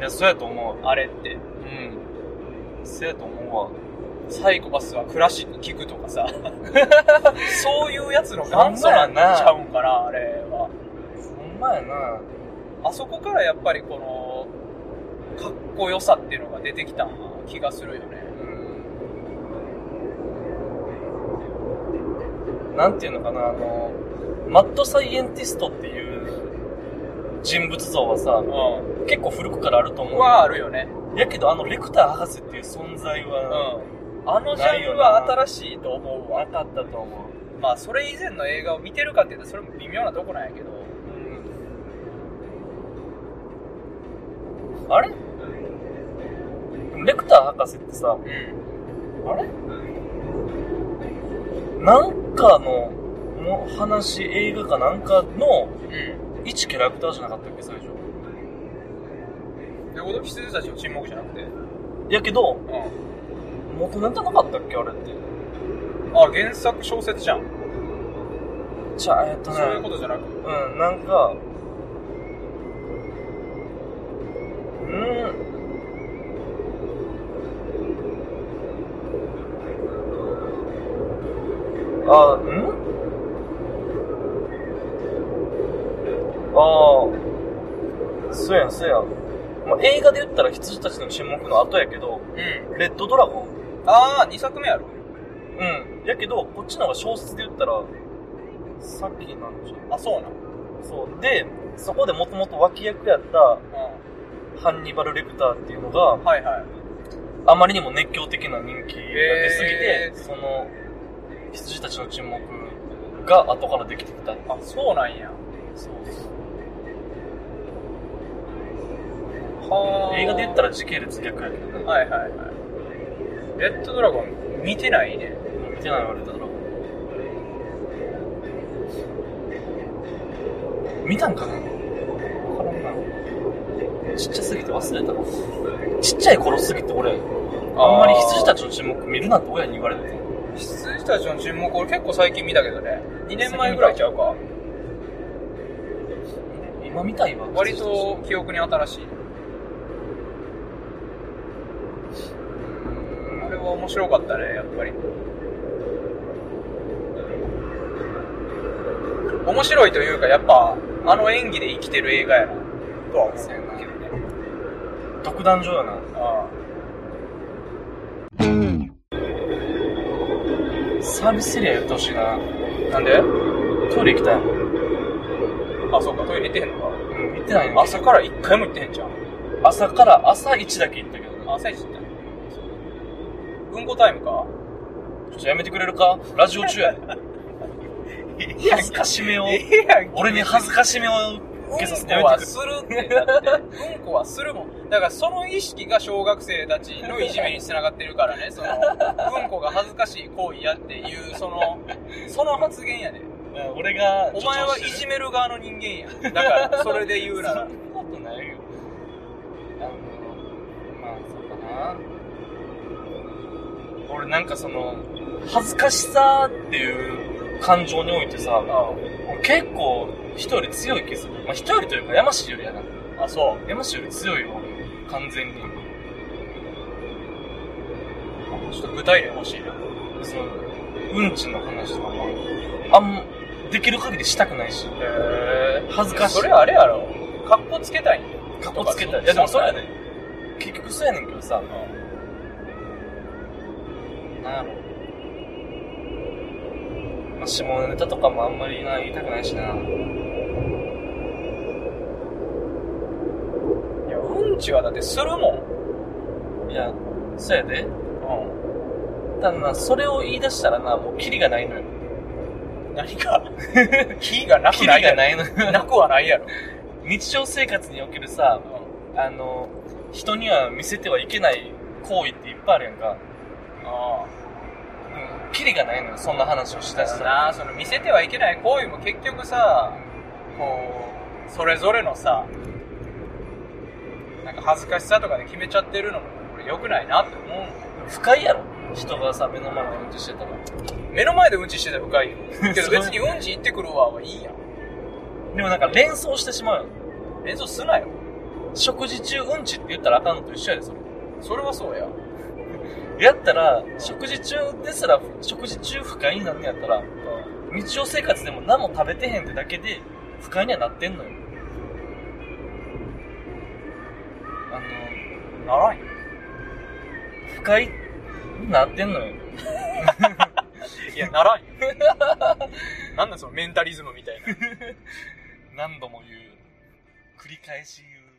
[SPEAKER 1] 幼少いや、そうやと思う。
[SPEAKER 2] あれって。
[SPEAKER 1] うん。そうやと思うわ。
[SPEAKER 2] サイコパスはクラシック聴くとかさ。そういうやつの元祖なんちゃうんかな、あれは。
[SPEAKER 1] ほんまやな
[SPEAKER 2] あそこからやっぱりこの、かっこよさっていうのが出てきた気がするよね。
[SPEAKER 1] なんていうのかな、あの、マッドサイエンティストっていう人物像はさ
[SPEAKER 2] う、ん。
[SPEAKER 1] 結構古くからあると思う。
[SPEAKER 2] はあるよね。
[SPEAKER 1] やけど、あの、レクター博士っていう存在
[SPEAKER 2] う
[SPEAKER 1] は、
[SPEAKER 2] ん。あのジャンルは新しいと思うわ
[SPEAKER 1] な。かったと思
[SPEAKER 2] まあ、それ以前の映画を見てるかって言ったらそれも微妙なとこなんやけど。
[SPEAKER 1] う。あれレクター博士ってさ、
[SPEAKER 2] うん。
[SPEAKER 1] あれなんかの、もう話、映画かなんかの、
[SPEAKER 2] うん。
[SPEAKER 1] 一キャラクターじゃなかったっけ、最初。
[SPEAKER 2] ということ羊たちの沈黙じゃなくて。う
[SPEAKER 1] やけど、
[SPEAKER 2] ん。
[SPEAKER 1] 元ネタなかったっけ、あれって。
[SPEAKER 2] あ、原作小説じゃん。
[SPEAKER 1] じゃあ、えっとね
[SPEAKER 2] そう、いうことじゃなく。
[SPEAKER 1] うん、なんか、うん。あ、うんああ、そうやん、そうやん。まあ、映画で言ったら羊たちの沈黙の後やけど、
[SPEAKER 2] うん。
[SPEAKER 1] レッドドラゴン。
[SPEAKER 2] ああ、2作目やろ。
[SPEAKER 1] うん。やけど、こっちの方が小説で言ったら、さっきなんじゃう。
[SPEAKER 2] あ、そうなの
[SPEAKER 1] そう。で、そこでもともと脇役やった
[SPEAKER 2] う
[SPEAKER 1] ハンニバル・レクターっていうのが
[SPEAKER 2] ん。、はいはい。
[SPEAKER 1] あまりにも熱狂的な人気が出すぎて、
[SPEAKER 2] へー
[SPEAKER 1] その、羊たちの沈黙が後からできてきた。
[SPEAKER 2] あ、そうなんや。
[SPEAKER 1] そう
[SPEAKER 2] はあ。
[SPEAKER 1] 映画で言ったら時系列逆やけどね。
[SPEAKER 2] はいはいはい。レッドドラゴン見てないね。
[SPEAKER 1] 見てないわ、レッドドラゴン。見たんかなわからんな。ちっちゃすぎて忘れたな。ちっちゃい頃すぎて俺、あんまり羊た
[SPEAKER 2] ち。
[SPEAKER 1] ちの沈黙見るなって親に言われてて。
[SPEAKER 2] 羊たちの沈黙俺結構最近見たけどね。2年前ぐらいちゃうか。
[SPEAKER 1] 今見たいわ。
[SPEAKER 2] 割と記憶に新しい。あれは面白かったね、やっぱり。面白いというか、やっぱ、あの演技で生きてる映画やな、とは思うけどね。
[SPEAKER 1] 独壇場やな。
[SPEAKER 2] あ
[SPEAKER 1] サービスエリアやってほしいな。
[SPEAKER 2] あなんで
[SPEAKER 1] トイレ行きたいもん。
[SPEAKER 2] あ、そうか、トイレ行ってへんの
[SPEAKER 1] うん、行ってない
[SPEAKER 2] か。
[SPEAKER 1] の
[SPEAKER 2] 朝から一回も行ってへんじゃん。
[SPEAKER 1] 朝から朝一だけ行ったけどな。
[SPEAKER 2] 朝一行ったのうんこタイムか
[SPEAKER 1] ちょっとやめてくれるかラジオ中やで。恥ずかしめを、
[SPEAKER 2] やん
[SPEAKER 1] 俺に恥ずかしめを
[SPEAKER 2] うん
[SPEAKER 1] 受けさせて
[SPEAKER 2] こ
[SPEAKER 1] やめ
[SPEAKER 2] は
[SPEAKER 1] てく
[SPEAKER 2] するって、だって。うんこはするもん。だからその意識が小学生たちのいじめにつながってるからね、その、うんこが恥ずかしい行為やっていう、その、その発言やで。
[SPEAKER 1] れ。うん俺が、
[SPEAKER 2] お前はいじめる側の人間や。だから、それで言うなら。
[SPEAKER 1] そんなことないよ。あの、まあ、そうかな。俺なんかその、恥ずかしさっていう感情においてさ、俺結構人より強い気する。まあ、人よりというか、山氏よりやな。
[SPEAKER 2] あ、そう。
[SPEAKER 1] 山氏より強いわ、俺完全に。
[SPEAKER 2] ちょっと具体例欲しいな。
[SPEAKER 1] その、うんちの話とかも、あんま、できる限りしたくないし、
[SPEAKER 2] へ
[SPEAKER 1] 恥ずかしい。
[SPEAKER 2] それあれやろ。格好つけたいんだ
[SPEAKER 1] か
[SPEAKER 2] よ。
[SPEAKER 1] っこつけたい。
[SPEAKER 2] とか
[SPEAKER 1] いや、でもそれやね。結局そうやねんけどさ、なんやろ。まあ、下ネタとかもあんまりな、言いたくないしな。
[SPEAKER 2] チはだってするもん。
[SPEAKER 1] いや、そうやで。
[SPEAKER 2] う
[SPEAKER 1] ただな、それを言い出したらな、もうキリがないのよ。
[SPEAKER 2] ん。何 か、キーがなく
[SPEAKER 1] キリ
[SPEAKER 2] ないや
[SPEAKER 1] が
[SPEAKER 2] ろ。
[SPEAKER 1] ないのよ。
[SPEAKER 2] なくはないやろ。
[SPEAKER 1] 日常生活におけるさ、あの、人には見せてはいけない行為っていっぱいあるやんか。
[SPEAKER 2] あ
[SPEAKER 1] うん。キリがないのよ、そんな話をし
[SPEAKER 2] あ。
[SPEAKER 1] だ
[SPEAKER 2] だ
[SPEAKER 1] したら。
[SPEAKER 2] な、その見せてはいけない行為も結局さ、こう、それぞれのさ、なんか恥ずかしさとかで決めちゃってるのも、これ良くないなって思う
[SPEAKER 1] 不快やろ人がさ、目の前で運転してたら。
[SPEAKER 2] の。目の前でうんちしてたら深いよ。けど
[SPEAKER 1] そう
[SPEAKER 2] 別にうんち行ってくるわはいいやん。
[SPEAKER 1] でもなんか連想してしまうよ。
[SPEAKER 2] 連想すなよ。
[SPEAKER 1] 食事中うんちって言ったらあかんのと一緒やで、それ。
[SPEAKER 2] それはそうや。
[SPEAKER 1] やったら、食事中ですら、食事中不快になんねやったら、日常生活でも何も食べてへんってだけで、不快にはなってんのよ。あの、
[SPEAKER 2] ならんよ。
[SPEAKER 1] 不快になってんのよ。
[SPEAKER 2] いや、ならんよ。なんだそのメンタリズムみたいな。
[SPEAKER 1] 何度も言う。繰り返し言う。